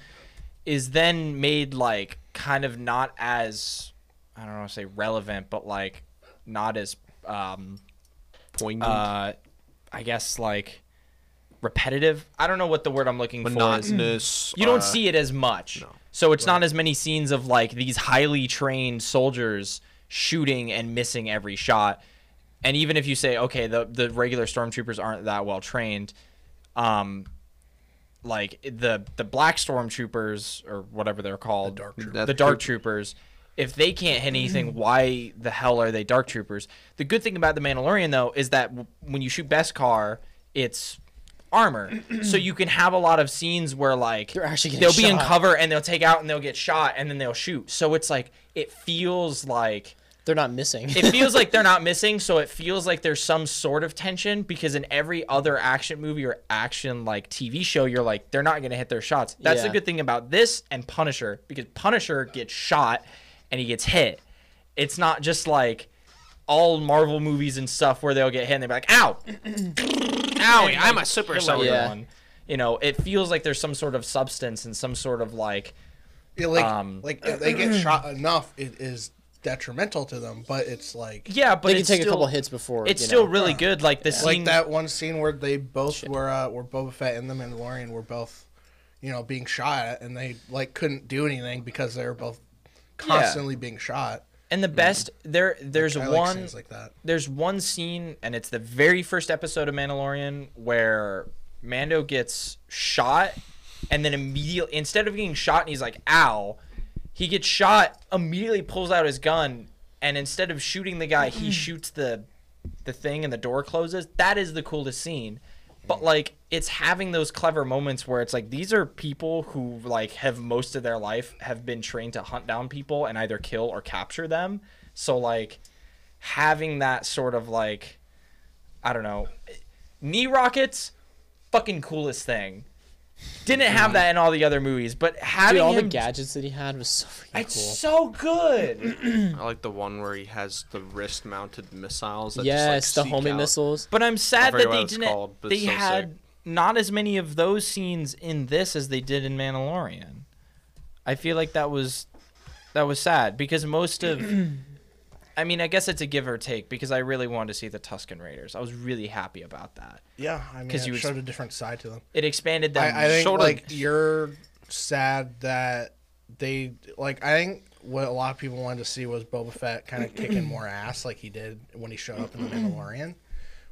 [SPEAKER 3] is then made like kind of not as I don't know say relevant, but like not as um
[SPEAKER 4] Poignant.
[SPEAKER 3] uh I guess like repetitive. I don't know what the word I'm looking for is.
[SPEAKER 4] monotonous.
[SPEAKER 3] You don't
[SPEAKER 4] uh,
[SPEAKER 3] see it as much. So it's not as many scenes of like these highly trained soldiers shooting and missing every shot. And even if you say, okay, the the regular stormtroopers aren't that well trained, um, like the the black stormtroopers or whatever they're called,
[SPEAKER 2] dark
[SPEAKER 4] troopers.
[SPEAKER 3] the dark troopers. If they can't hit anything, why the hell are they dark troopers? The good thing about the Mandalorian though is that w- when you shoot Beskar, it's armor, so you can have a lot of scenes where like
[SPEAKER 1] They're actually getting
[SPEAKER 3] they'll be in
[SPEAKER 1] shot.
[SPEAKER 3] cover and they'll take out and they'll get shot and then they'll shoot. So it's like it feels like
[SPEAKER 1] they're not missing.
[SPEAKER 3] it feels like they're not missing, so it feels like there's some sort of tension because in every other action movie or action like TV show, you're like, they're not gonna hit their shots. That's the
[SPEAKER 1] Yeah.
[SPEAKER 3] good thing about this and Punisher, because Punisher gets shot and he gets hit. It's not just like all Marvel movies and stuff where they'll get hit and they're like, ow,
[SPEAKER 4] Owie, I'm a super
[SPEAKER 3] kill
[SPEAKER 4] soldier.
[SPEAKER 1] Yeah.
[SPEAKER 3] everyone. You know, it feels like there's some sort of substance and some sort of like
[SPEAKER 2] Yeah, like,
[SPEAKER 3] Um,
[SPEAKER 2] like if they get shot enough, it is detrimental to them. But it's like
[SPEAKER 3] yeah, but
[SPEAKER 1] they can
[SPEAKER 3] it's
[SPEAKER 1] take
[SPEAKER 3] still,
[SPEAKER 1] a couple hits before.
[SPEAKER 3] It's
[SPEAKER 1] you
[SPEAKER 3] still
[SPEAKER 1] know.
[SPEAKER 3] really good. Like the
[SPEAKER 2] like
[SPEAKER 3] scene
[SPEAKER 2] that one scene where they both were uh, were Boba Fett and the Mandalorian were both, you know, being shot at, and they like couldn't do anything because they were both constantly being shot.
[SPEAKER 3] and the best there. There's
[SPEAKER 2] I Mm. like
[SPEAKER 3] one
[SPEAKER 2] scenes like that.
[SPEAKER 3] there's one scene, and it's the very first episode of Mandalorian where Mando gets shot, and then immediately, instead of getting shot, and he's like, "Ow," he gets shot, immediately pulls out his gun, and instead of shooting the guy, he shoots the the thing, and the door closes. That is the coolest scene.
[SPEAKER 1] Mm.
[SPEAKER 3] But like, it's having those clever moments where it's like these are people who like have most of their life have been trained to hunt down people and either kill or capture them. So like having that sort of like I don't know knee rockets fucking coolest thing. Didn't have that in all the other movies, but having
[SPEAKER 1] Mm. Dude, all the
[SPEAKER 3] him-
[SPEAKER 1] gadgets that he had was so freaking
[SPEAKER 3] it's
[SPEAKER 1] cool.
[SPEAKER 3] so good.
[SPEAKER 4] I like the one where he has the wrist-mounted missiles. That
[SPEAKER 1] Yes,
[SPEAKER 4] just, like,
[SPEAKER 1] the
[SPEAKER 4] seek
[SPEAKER 1] homing
[SPEAKER 4] out.
[SPEAKER 1] missiles.
[SPEAKER 3] But I'm sad
[SPEAKER 4] forget
[SPEAKER 3] that
[SPEAKER 4] what
[SPEAKER 3] they
[SPEAKER 4] it's
[SPEAKER 3] didn't
[SPEAKER 4] called, but
[SPEAKER 3] they
[SPEAKER 4] it's so
[SPEAKER 3] had not as many of those scenes in this as they did in Mandalorian. I feel like that was that was sad because most of I mean, I guess it's a give or take because I really wanted to see the Tuscan Raiders. I was really happy about that.
[SPEAKER 2] Yeah, I mean,
[SPEAKER 3] 'Cause
[SPEAKER 2] it
[SPEAKER 3] you ex-
[SPEAKER 2] showed a different side to them.
[SPEAKER 3] It expanded them.
[SPEAKER 2] I, I think
[SPEAKER 4] showed a-
[SPEAKER 2] like you're sad that they like. I think what a lot of people wanted to see was Boba Fett kind of kicking more ass, like he did when he showed up in the Mandalorian.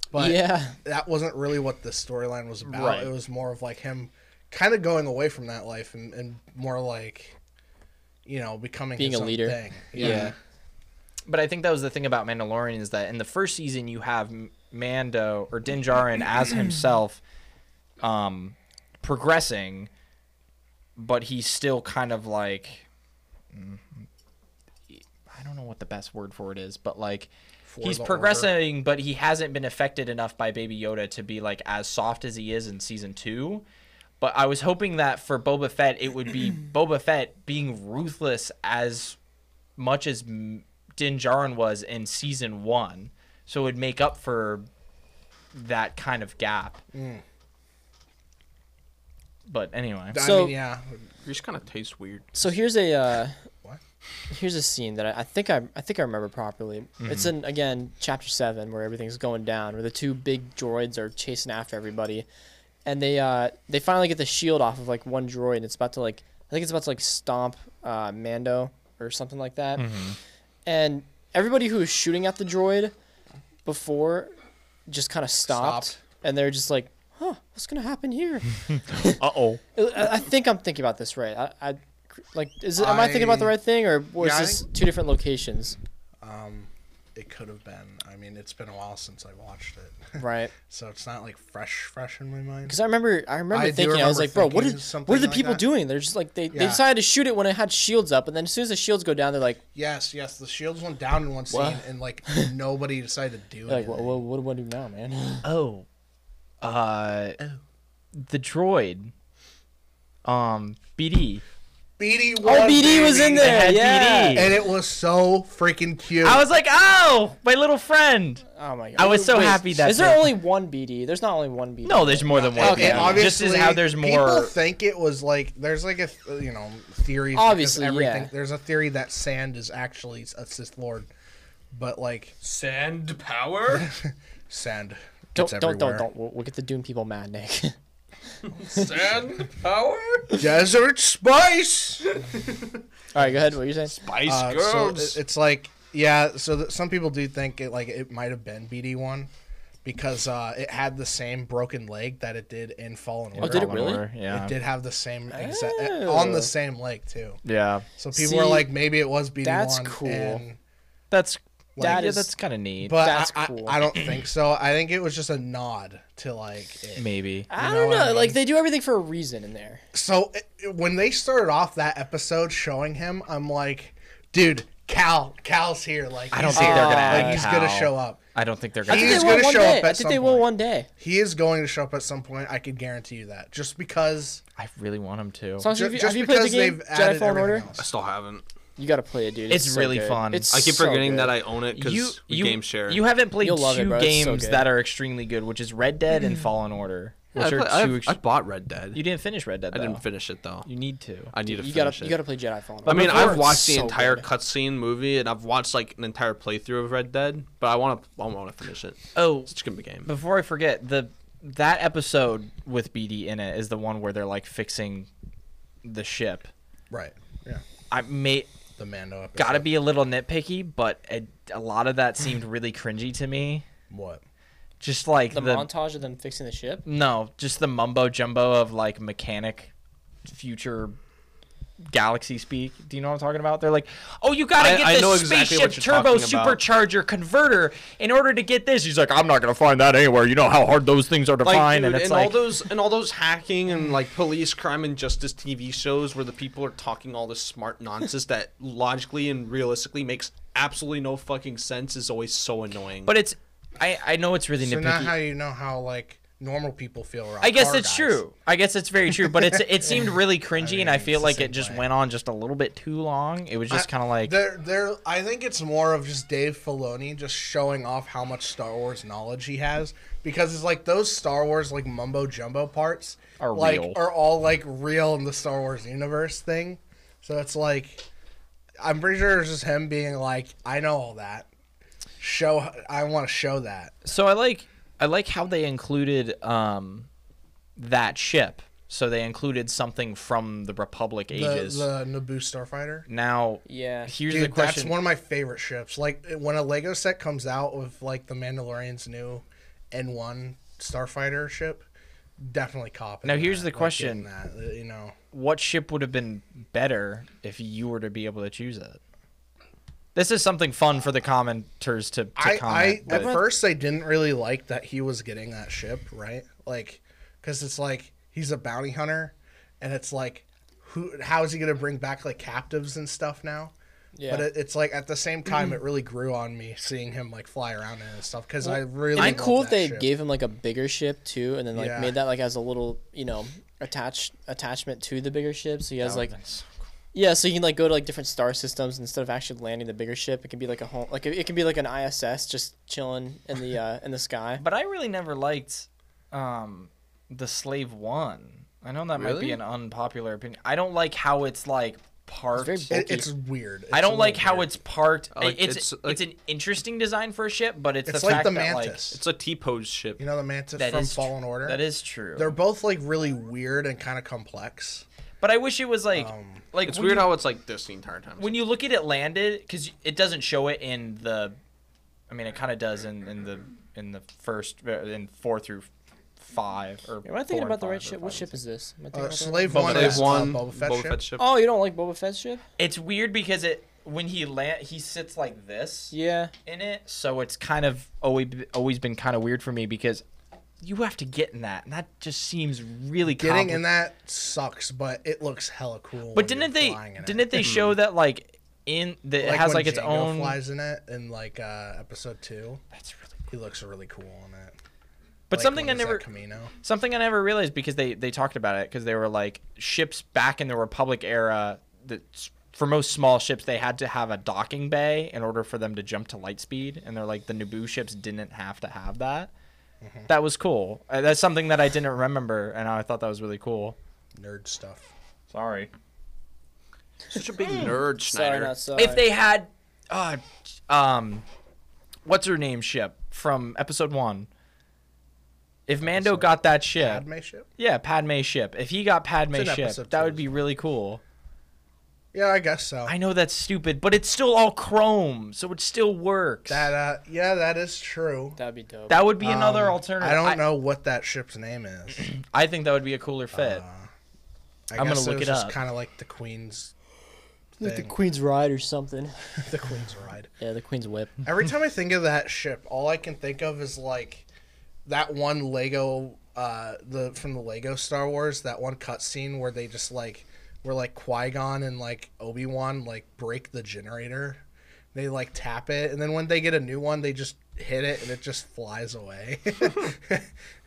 [SPEAKER 2] But
[SPEAKER 1] yeah,
[SPEAKER 2] that wasn't really what the storyline was about.
[SPEAKER 3] Right.
[SPEAKER 2] It was more of like him kind of going away from that life and, and more like, you know, becoming
[SPEAKER 1] Being
[SPEAKER 2] his
[SPEAKER 1] a
[SPEAKER 2] own
[SPEAKER 1] leader.
[SPEAKER 2] Thing.
[SPEAKER 1] yeah.
[SPEAKER 3] But I think that was the thing about Mandalorian is that in the first season you have M- Mando or Din Djarin as himself, um, progressing, but he's still kind of like, mm, I don't know what the best word for it is, but like
[SPEAKER 2] For
[SPEAKER 3] he's
[SPEAKER 2] the
[SPEAKER 3] progressing, but he hasn't been affected enough by Baby Yoda to be like as soft as he is in season two. But I was hoping that for Boba Fett, it would be Boba Fett being ruthless as much as M- Din Djarin was in season one, so it would make up for that kind of gap.
[SPEAKER 2] Mm.
[SPEAKER 3] But anyway,
[SPEAKER 2] I
[SPEAKER 1] So-
[SPEAKER 2] mean, yeah.
[SPEAKER 4] You just kind of taste weird.
[SPEAKER 1] So here's a uh,
[SPEAKER 2] What?
[SPEAKER 1] here's a scene that I, I think I I think I remember properly. It's in again chapter seven where everything's going down, where the two big droids are chasing after everybody, and they uh they finally get the shield off of like one droid, and it's about to like I think it's about to like stomp uh, Mando or something like that, and everybody who was shooting at the droid before just kind of stopped,
[SPEAKER 2] Stopped.
[SPEAKER 1] and they're just like, huh, what's gonna happen here?
[SPEAKER 3] uh oh,
[SPEAKER 1] I I think I'm thinking about this right. I, I like is it, am I, thinking about the
[SPEAKER 2] I-
[SPEAKER 1] right thing or was
[SPEAKER 2] Yeah, I
[SPEAKER 1] this two different locations?
[SPEAKER 2] Um, it could have been. I mean, it's been a while since I watched it,
[SPEAKER 1] Right.
[SPEAKER 2] so it's not like fresh, fresh in my mind.
[SPEAKER 1] Because I remember, I remember
[SPEAKER 2] I do
[SPEAKER 1] thinking, I was
[SPEAKER 2] remember
[SPEAKER 1] like, bro, what
[SPEAKER 2] thinking
[SPEAKER 1] did
[SPEAKER 2] something
[SPEAKER 1] what are the
[SPEAKER 2] like
[SPEAKER 1] people
[SPEAKER 2] that.
[SPEAKER 1] doing? They're just like they, they
[SPEAKER 2] Yeah.
[SPEAKER 1] decided to shoot it when it had shields up, and then as soon as the shields go down, they're like,
[SPEAKER 2] Yes, yes. The shields went down in one scene,
[SPEAKER 1] What?
[SPEAKER 2] and like nobody decided to do
[SPEAKER 1] they're like
[SPEAKER 2] anything.
[SPEAKER 1] what, what, what do I do now, man?
[SPEAKER 3] oh, uh,
[SPEAKER 1] Oh.
[SPEAKER 3] the droid, um, BD.
[SPEAKER 2] BD
[SPEAKER 1] Oh,
[SPEAKER 2] was.
[SPEAKER 1] BD was in
[SPEAKER 2] baby,
[SPEAKER 1] there,
[SPEAKER 3] had
[SPEAKER 1] yeah.
[SPEAKER 3] BD.
[SPEAKER 2] and it was so freaking cute.
[SPEAKER 3] I was like, oh, my little friend.
[SPEAKER 1] Oh my god,
[SPEAKER 3] I was so happy that
[SPEAKER 1] is there
[SPEAKER 3] the-
[SPEAKER 1] only one BD? There's not only one BD.
[SPEAKER 3] No, there's more than one.
[SPEAKER 2] Okay,
[SPEAKER 1] Okay,
[SPEAKER 3] BD. Just
[SPEAKER 2] obviously,
[SPEAKER 3] as how there's
[SPEAKER 2] People
[SPEAKER 3] more.
[SPEAKER 2] think it was like there's like a th- you know theory.
[SPEAKER 1] Obviously, yeah.
[SPEAKER 2] There's a theory that sand is actually a Sith Lord, but like
[SPEAKER 5] Sand power?
[SPEAKER 2] sand.
[SPEAKER 1] don't
[SPEAKER 2] gets
[SPEAKER 1] don't don't
[SPEAKER 2] everywhere.
[SPEAKER 1] don't. We'll, we'll get the Doom people mad, Nick.
[SPEAKER 5] Sand power?
[SPEAKER 2] Desert spice.
[SPEAKER 1] All right, go ahead. What you saying?
[SPEAKER 4] Spice
[SPEAKER 2] Uh, so
[SPEAKER 4] Girls.
[SPEAKER 2] it- it's like yeah. So that some people do think it like it might have been BD one because uh, it had the same broken leg that it did in Fallen Order.
[SPEAKER 1] Oh, did it really?
[SPEAKER 3] Yeah.
[SPEAKER 2] It did have the same exact on the same leg too.
[SPEAKER 3] Yeah.
[SPEAKER 2] So people were
[SPEAKER 1] See,
[SPEAKER 2] like, maybe it was BD1.
[SPEAKER 1] that's cool.
[SPEAKER 2] and-
[SPEAKER 3] That's
[SPEAKER 1] That
[SPEAKER 3] that is
[SPEAKER 1] is-
[SPEAKER 3] that's kind of neat.
[SPEAKER 2] but
[SPEAKER 1] That's
[SPEAKER 2] I, I-
[SPEAKER 1] cool.
[SPEAKER 2] I, don't think so. I think it was just a nod to like. It.
[SPEAKER 3] Maybe.
[SPEAKER 1] I
[SPEAKER 2] know
[SPEAKER 1] don't
[SPEAKER 2] what I
[SPEAKER 1] know. Like
[SPEAKER 2] mean?
[SPEAKER 1] they do everything for a reason in there.
[SPEAKER 2] So it, when they started off that episode showing him, I'm like, dude, Cal, Cal's here. Like
[SPEAKER 3] I don't
[SPEAKER 2] he's
[SPEAKER 3] think
[SPEAKER 2] here.
[SPEAKER 3] they're gonna
[SPEAKER 2] Like
[SPEAKER 3] add
[SPEAKER 2] he's gonna
[SPEAKER 3] Cal.
[SPEAKER 2] show up.
[SPEAKER 3] I don't think they're
[SPEAKER 1] I
[SPEAKER 3] gonna.
[SPEAKER 1] think
[SPEAKER 2] He's
[SPEAKER 1] they will
[SPEAKER 2] gonna
[SPEAKER 1] one
[SPEAKER 2] show
[SPEAKER 1] day.
[SPEAKER 2] up
[SPEAKER 1] I
[SPEAKER 2] at
[SPEAKER 1] think they
[SPEAKER 2] some
[SPEAKER 1] will
[SPEAKER 2] point.
[SPEAKER 1] one day.
[SPEAKER 2] He is going to show up at some point. I could guarantee you that. Just because.
[SPEAKER 3] I really want him to.
[SPEAKER 1] So, have
[SPEAKER 2] ju-
[SPEAKER 1] you,
[SPEAKER 2] just
[SPEAKER 1] have you played the
[SPEAKER 2] because
[SPEAKER 1] game
[SPEAKER 2] they've
[SPEAKER 1] Jedi
[SPEAKER 2] added
[SPEAKER 1] Fallen
[SPEAKER 2] everything
[SPEAKER 1] Order?
[SPEAKER 4] I
[SPEAKER 2] else.
[SPEAKER 4] still haven't.
[SPEAKER 1] You gotta play it, dude.
[SPEAKER 3] It's
[SPEAKER 1] so
[SPEAKER 3] really
[SPEAKER 1] good.
[SPEAKER 3] fun.
[SPEAKER 1] It's
[SPEAKER 4] I keep
[SPEAKER 1] so
[SPEAKER 4] forgetting
[SPEAKER 1] good.
[SPEAKER 4] that I own it because we game share.
[SPEAKER 3] You haven't played
[SPEAKER 1] You'll love it,
[SPEAKER 3] two
[SPEAKER 1] bro. It's so
[SPEAKER 3] games
[SPEAKER 1] good. Mm.
[SPEAKER 3] that are extremely good, which is Red Dead and Fallen Order.
[SPEAKER 4] Yeah,
[SPEAKER 3] Which
[SPEAKER 4] I,
[SPEAKER 3] are
[SPEAKER 4] play- I-
[SPEAKER 3] two. ex-
[SPEAKER 4] I bought Red Dead.
[SPEAKER 3] you didn't finish Red Dead.
[SPEAKER 4] I
[SPEAKER 3] though.
[SPEAKER 4] didn't finish it though.
[SPEAKER 3] You need to.
[SPEAKER 4] I need to
[SPEAKER 1] You
[SPEAKER 4] finish
[SPEAKER 1] gotta,
[SPEAKER 4] it.
[SPEAKER 1] you gotta play Jedi Fallen Order.
[SPEAKER 4] I mean,
[SPEAKER 1] Before
[SPEAKER 4] I've
[SPEAKER 1] it's
[SPEAKER 4] watched the
[SPEAKER 1] so
[SPEAKER 4] entire
[SPEAKER 1] good.
[SPEAKER 4] cutscene movie, and I've watched like an entire playthrough of Red Dead, but I want to, I want to finish it.
[SPEAKER 3] Oh,
[SPEAKER 4] It's a good game.
[SPEAKER 3] before I forget, the that episode with BD in it is the one where they're like fixing the ship.
[SPEAKER 2] Right. Yeah.
[SPEAKER 3] I may
[SPEAKER 2] The Mando episode.
[SPEAKER 3] gotta be a little nitpicky, but a, a lot of that seemed really cringy to me.
[SPEAKER 2] What?
[SPEAKER 3] Just like
[SPEAKER 1] the,
[SPEAKER 3] the,
[SPEAKER 1] montage of them fixing the ship.
[SPEAKER 3] no, just the mumbo jumbo of like mechanic, future. Galaxy speak. Do you know what I'm talking about? They're like, oh, you gotta
[SPEAKER 4] I-
[SPEAKER 3] get
[SPEAKER 4] I
[SPEAKER 3] this
[SPEAKER 4] know exactly
[SPEAKER 3] spaceship
[SPEAKER 4] what you're
[SPEAKER 3] turbo
[SPEAKER 4] talking about."
[SPEAKER 3] supercharger converter in order to get this. He's like, I'm not gonna find that anywhere. You know how hard those things are to
[SPEAKER 4] Like,
[SPEAKER 3] find,
[SPEAKER 4] dude,
[SPEAKER 3] and
[SPEAKER 4] and,
[SPEAKER 3] it's like
[SPEAKER 4] all those and all those hacking and like police, crime, and justice TV shows where the people are talking all this smart nonsense that logically and realistically makes absolutely no fucking sense is always so annoying.
[SPEAKER 3] But it's I I know it's really
[SPEAKER 2] So
[SPEAKER 3] nitpicky.
[SPEAKER 2] now how you know how like normal people feel around.
[SPEAKER 3] I guess
[SPEAKER 2] car
[SPEAKER 3] it's
[SPEAKER 2] guys.
[SPEAKER 3] true. I guess it's very true. But it's it seemed really cringy, and I
[SPEAKER 2] mean,
[SPEAKER 3] feel
[SPEAKER 2] it's the
[SPEAKER 3] like
[SPEAKER 2] same
[SPEAKER 3] it just
[SPEAKER 2] way.
[SPEAKER 3] went on just a little bit too long. It was just
[SPEAKER 2] I-
[SPEAKER 3] kind of like
[SPEAKER 2] They're, they're, I think it's more of just Dave Filoni just showing off how much Star Wars knowledge he has because it's like those Star Wars like mumbo jumbo parts
[SPEAKER 3] Are
[SPEAKER 2] like
[SPEAKER 3] real.
[SPEAKER 2] are all like real in the Star Wars universe thing. So it's like I'm pretty sure it's just him being like, I know all that. Show I want to show that.
[SPEAKER 3] so. I like I like how they included um that ship. So they included something from the Republic
[SPEAKER 2] The,
[SPEAKER 3] ages.
[SPEAKER 2] the Naboo Starfighter.
[SPEAKER 3] Now
[SPEAKER 1] Yeah.
[SPEAKER 3] here's
[SPEAKER 2] Dude,
[SPEAKER 3] the question.
[SPEAKER 2] that's one of my favorite ships. Like when a Lego set comes out with like the Mandalorian's new N1 starfighter ship, definitely cop. it
[SPEAKER 3] Now,
[SPEAKER 2] on
[SPEAKER 3] here's
[SPEAKER 2] that.
[SPEAKER 3] the
[SPEAKER 2] Like, getting
[SPEAKER 3] question.
[SPEAKER 2] that, uh, you know,
[SPEAKER 3] what ship would have been better if you were to be able to choose it? This is something fun for the commenters to, to
[SPEAKER 2] I, I
[SPEAKER 3] comment.
[SPEAKER 2] at
[SPEAKER 3] with.
[SPEAKER 2] first I didn't really like that he was getting that ship, right? Like, because it's like he's a bounty hunter, and it's like, who? How is he gonna bring back like captives and stuff now?
[SPEAKER 1] Yeah.
[SPEAKER 2] But it, it's like at the same time, it really grew on me seeing him like fly around and stuff because I really.
[SPEAKER 1] It'd
[SPEAKER 2] love
[SPEAKER 1] be cool if
[SPEAKER 2] that
[SPEAKER 1] they
[SPEAKER 2] ship.
[SPEAKER 1] gave him like a bigger ship too, and then like
[SPEAKER 2] Yeah.
[SPEAKER 1] made that like as a little you know attached attachment to the bigger ship, so he has like yeah, so you can like go to like different star systems instead of actually landing the bigger ship. It can be like a home, like it, it can be like an ISS just chilling in the uh, in the sky.
[SPEAKER 3] But I really never liked um, the Slave One. I know that might be
[SPEAKER 4] Really?
[SPEAKER 3] an unpopular opinion. I don't like how it's like parked.
[SPEAKER 1] It's very
[SPEAKER 2] It, it's weird.
[SPEAKER 3] I
[SPEAKER 2] It's a
[SPEAKER 3] don't like
[SPEAKER 2] little
[SPEAKER 3] how
[SPEAKER 2] weird.
[SPEAKER 3] it's parked.
[SPEAKER 4] I like-
[SPEAKER 3] it's it's,
[SPEAKER 4] it's like-
[SPEAKER 3] an interesting design for a ship, but it's,
[SPEAKER 2] It's
[SPEAKER 3] the
[SPEAKER 2] like
[SPEAKER 3] fact
[SPEAKER 2] the
[SPEAKER 3] that
[SPEAKER 2] mantis.
[SPEAKER 4] it's a T-pose ship.
[SPEAKER 2] you know the mantis
[SPEAKER 3] like that
[SPEAKER 2] from
[SPEAKER 3] is tr-
[SPEAKER 2] Fallen Order.
[SPEAKER 3] That is true.
[SPEAKER 2] They're both like really weird and kind of complex.
[SPEAKER 3] but I wish it was like
[SPEAKER 2] um,
[SPEAKER 3] like
[SPEAKER 4] it's
[SPEAKER 3] when
[SPEAKER 4] weird
[SPEAKER 3] you-
[SPEAKER 4] how it's like this the entire time.
[SPEAKER 3] when you look at it landed because it doesn't show it in the i mean it kind of does in, in the in the first uh, in four through five or
[SPEAKER 1] Am I
[SPEAKER 3] four
[SPEAKER 1] thinking
[SPEAKER 3] and
[SPEAKER 1] about the
[SPEAKER 3] five
[SPEAKER 1] right
[SPEAKER 3] or
[SPEAKER 1] ship?
[SPEAKER 3] five
[SPEAKER 1] What
[SPEAKER 3] and
[SPEAKER 1] ship is this? Am I thinking
[SPEAKER 2] Uh,
[SPEAKER 1] about the right-
[SPEAKER 2] Slave
[SPEAKER 4] Boba
[SPEAKER 2] One
[SPEAKER 4] Fett.
[SPEAKER 2] is
[SPEAKER 4] One,
[SPEAKER 2] uh, Boba Fett ship.
[SPEAKER 4] ship.
[SPEAKER 1] Oh, you don't like Boba Fett's ship?
[SPEAKER 3] it's weird because it when he land he sits like this
[SPEAKER 1] Yeah.
[SPEAKER 3] in it so it's kind of always always been kind of weird for me because you have to get in that and that just seems really
[SPEAKER 2] Getting
[SPEAKER 3] compli-
[SPEAKER 2] in that sucks, but it looks hella cool.
[SPEAKER 3] but
[SPEAKER 2] when
[SPEAKER 3] didn't
[SPEAKER 2] you're
[SPEAKER 3] they
[SPEAKER 2] flying in
[SPEAKER 3] didn't they show that like in the
[SPEAKER 2] Like
[SPEAKER 3] it has
[SPEAKER 2] when
[SPEAKER 3] like its
[SPEAKER 2] Jango
[SPEAKER 3] own
[SPEAKER 2] flies in it in like uh, episode two.
[SPEAKER 3] that's really
[SPEAKER 2] He looks really cool on it.
[SPEAKER 3] but
[SPEAKER 2] Like,
[SPEAKER 3] something i
[SPEAKER 2] when he's at
[SPEAKER 3] never
[SPEAKER 2] Camino.
[SPEAKER 3] Something I never realized because they they talked about it because they were like ships back in the Republic era that s- for most small ships they had to have a docking bay in order for them to jump to light speed and they're like the Naboo ships didn't have to have that.
[SPEAKER 2] Mm-hmm.
[SPEAKER 3] That was cool. Uh, That's something that I didn't remember and I thought that was really cool.
[SPEAKER 2] Nerd stuff.
[SPEAKER 3] Sorry.
[SPEAKER 4] Such a big nerd,
[SPEAKER 1] Sorry,
[SPEAKER 4] Schneider.
[SPEAKER 1] not sorry.
[SPEAKER 3] If they had uh um what's her name ship from episode 1 if Mando got that ship,
[SPEAKER 2] Padme ship.
[SPEAKER 3] yeah, Padme ship. If he got Padme
[SPEAKER 2] It's in
[SPEAKER 3] ship,
[SPEAKER 2] episode
[SPEAKER 3] that
[SPEAKER 2] two,
[SPEAKER 3] would be really cool.
[SPEAKER 2] Yeah, I guess so.
[SPEAKER 3] I know that's stupid, but it's still all chrome, so it still works.
[SPEAKER 2] that uh, yeah, that is true.
[SPEAKER 1] That'd be dope.
[SPEAKER 3] that would be another
[SPEAKER 2] Um,
[SPEAKER 3] alternative.
[SPEAKER 2] I don't know what that ship's name is.
[SPEAKER 3] I think that would be a cooler fit.
[SPEAKER 2] I
[SPEAKER 3] I'm gonna
[SPEAKER 2] guess
[SPEAKER 3] look
[SPEAKER 2] it was
[SPEAKER 3] it
[SPEAKER 2] just
[SPEAKER 3] up.
[SPEAKER 2] kind of like the Queen's
[SPEAKER 1] like the
[SPEAKER 2] thing.
[SPEAKER 1] Queen's Ride or something.
[SPEAKER 2] the Queen's ride.
[SPEAKER 1] Yeah, the Queen's Whip.
[SPEAKER 2] Every time I think of that ship, all I can think of is like that one Lego uh the from the Lego Star Wars, that one cutscene where they just like where like Qui Gon and like Obi Wan like break the generator They like tap it, and then when they get a new one, they just hit it, and it just flies away.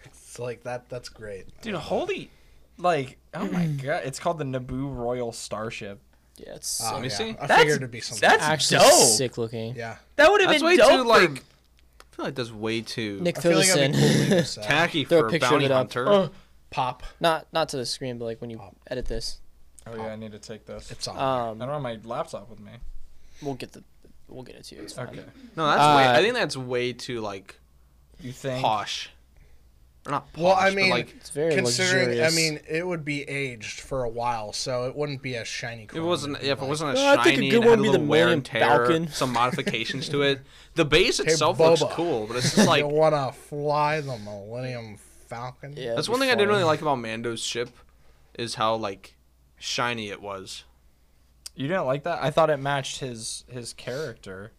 [SPEAKER 2] it's like that. That's great.
[SPEAKER 6] Dude, holy, like, oh my god! It's called the Naboo Royal Starship.
[SPEAKER 1] Yeah, it's
[SPEAKER 2] Oh,
[SPEAKER 1] sick.
[SPEAKER 5] me
[SPEAKER 2] yeah.
[SPEAKER 5] see.
[SPEAKER 2] I
[SPEAKER 3] That's-
[SPEAKER 2] figured it'd be something.
[SPEAKER 3] that's-
[SPEAKER 1] actually
[SPEAKER 3] dope.
[SPEAKER 1] sick looking.
[SPEAKER 2] yeah.
[SPEAKER 3] That would have
[SPEAKER 4] That's
[SPEAKER 3] been
[SPEAKER 4] way
[SPEAKER 3] dope.
[SPEAKER 4] too
[SPEAKER 3] for-
[SPEAKER 4] like. I feel like that's way too
[SPEAKER 1] Nick
[SPEAKER 2] I feel
[SPEAKER 1] fill
[SPEAKER 2] like
[SPEAKER 1] this
[SPEAKER 2] that'd be cool to
[SPEAKER 1] in.
[SPEAKER 2] do, so.
[SPEAKER 4] tacky
[SPEAKER 1] Throw a
[SPEAKER 4] for a
[SPEAKER 1] picture of
[SPEAKER 4] bounty
[SPEAKER 1] it up. Uh,
[SPEAKER 4] hunter.
[SPEAKER 2] Uh, Pop.
[SPEAKER 1] Not not to the screen, but like when you edit this.
[SPEAKER 6] Oh yeah, I need to take this.
[SPEAKER 2] It's on.
[SPEAKER 6] I
[SPEAKER 5] Uh,
[SPEAKER 1] Um,
[SPEAKER 6] don't have my laptop with me.
[SPEAKER 1] we'll get the we'll get it to you. It's fine.
[SPEAKER 6] Okay.
[SPEAKER 4] No, that's way.
[SPEAKER 1] Uh,
[SPEAKER 4] I think that's way too like
[SPEAKER 6] You think?
[SPEAKER 4] posh. Or not posh.
[SPEAKER 2] Well, I
[SPEAKER 4] but
[SPEAKER 2] mean,
[SPEAKER 4] like
[SPEAKER 1] It's very
[SPEAKER 2] Considering,
[SPEAKER 1] luxurious.
[SPEAKER 2] I mean, it would be aged for a while, so it wouldn't be a shiny.
[SPEAKER 4] If it
[SPEAKER 2] chrome,
[SPEAKER 4] wasn't, yeah, if it
[SPEAKER 2] like-
[SPEAKER 4] wasn't a
[SPEAKER 1] Uh, I
[SPEAKER 4] shiny,
[SPEAKER 1] think a good
[SPEAKER 4] and it
[SPEAKER 1] one
[SPEAKER 4] had
[SPEAKER 1] would
[SPEAKER 4] a
[SPEAKER 1] be
[SPEAKER 4] little
[SPEAKER 1] the
[SPEAKER 4] wear
[SPEAKER 1] Millennium
[SPEAKER 4] and tear,
[SPEAKER 1] Falcon.
[SPEAKER 4] some modifications to it. The base itself looks
[SPEAKER 2] Boba.
[SPEAKER 4] cool, but it's just like
[SPEAKER 2] you want to fly the Millennium Falcon?
[SPEAKER 1] yeah,
[SPEAKER 4] that's
[SPEAKER 1] it'd be
[SPEAKER 4] one thing I didn't
[SPEAKER 1] fun.
[SPEAKER 4] really like about Mando's ship, is how like shiny it was.
[SPEAKER 6] You didn't like that? I thought it matched his his character.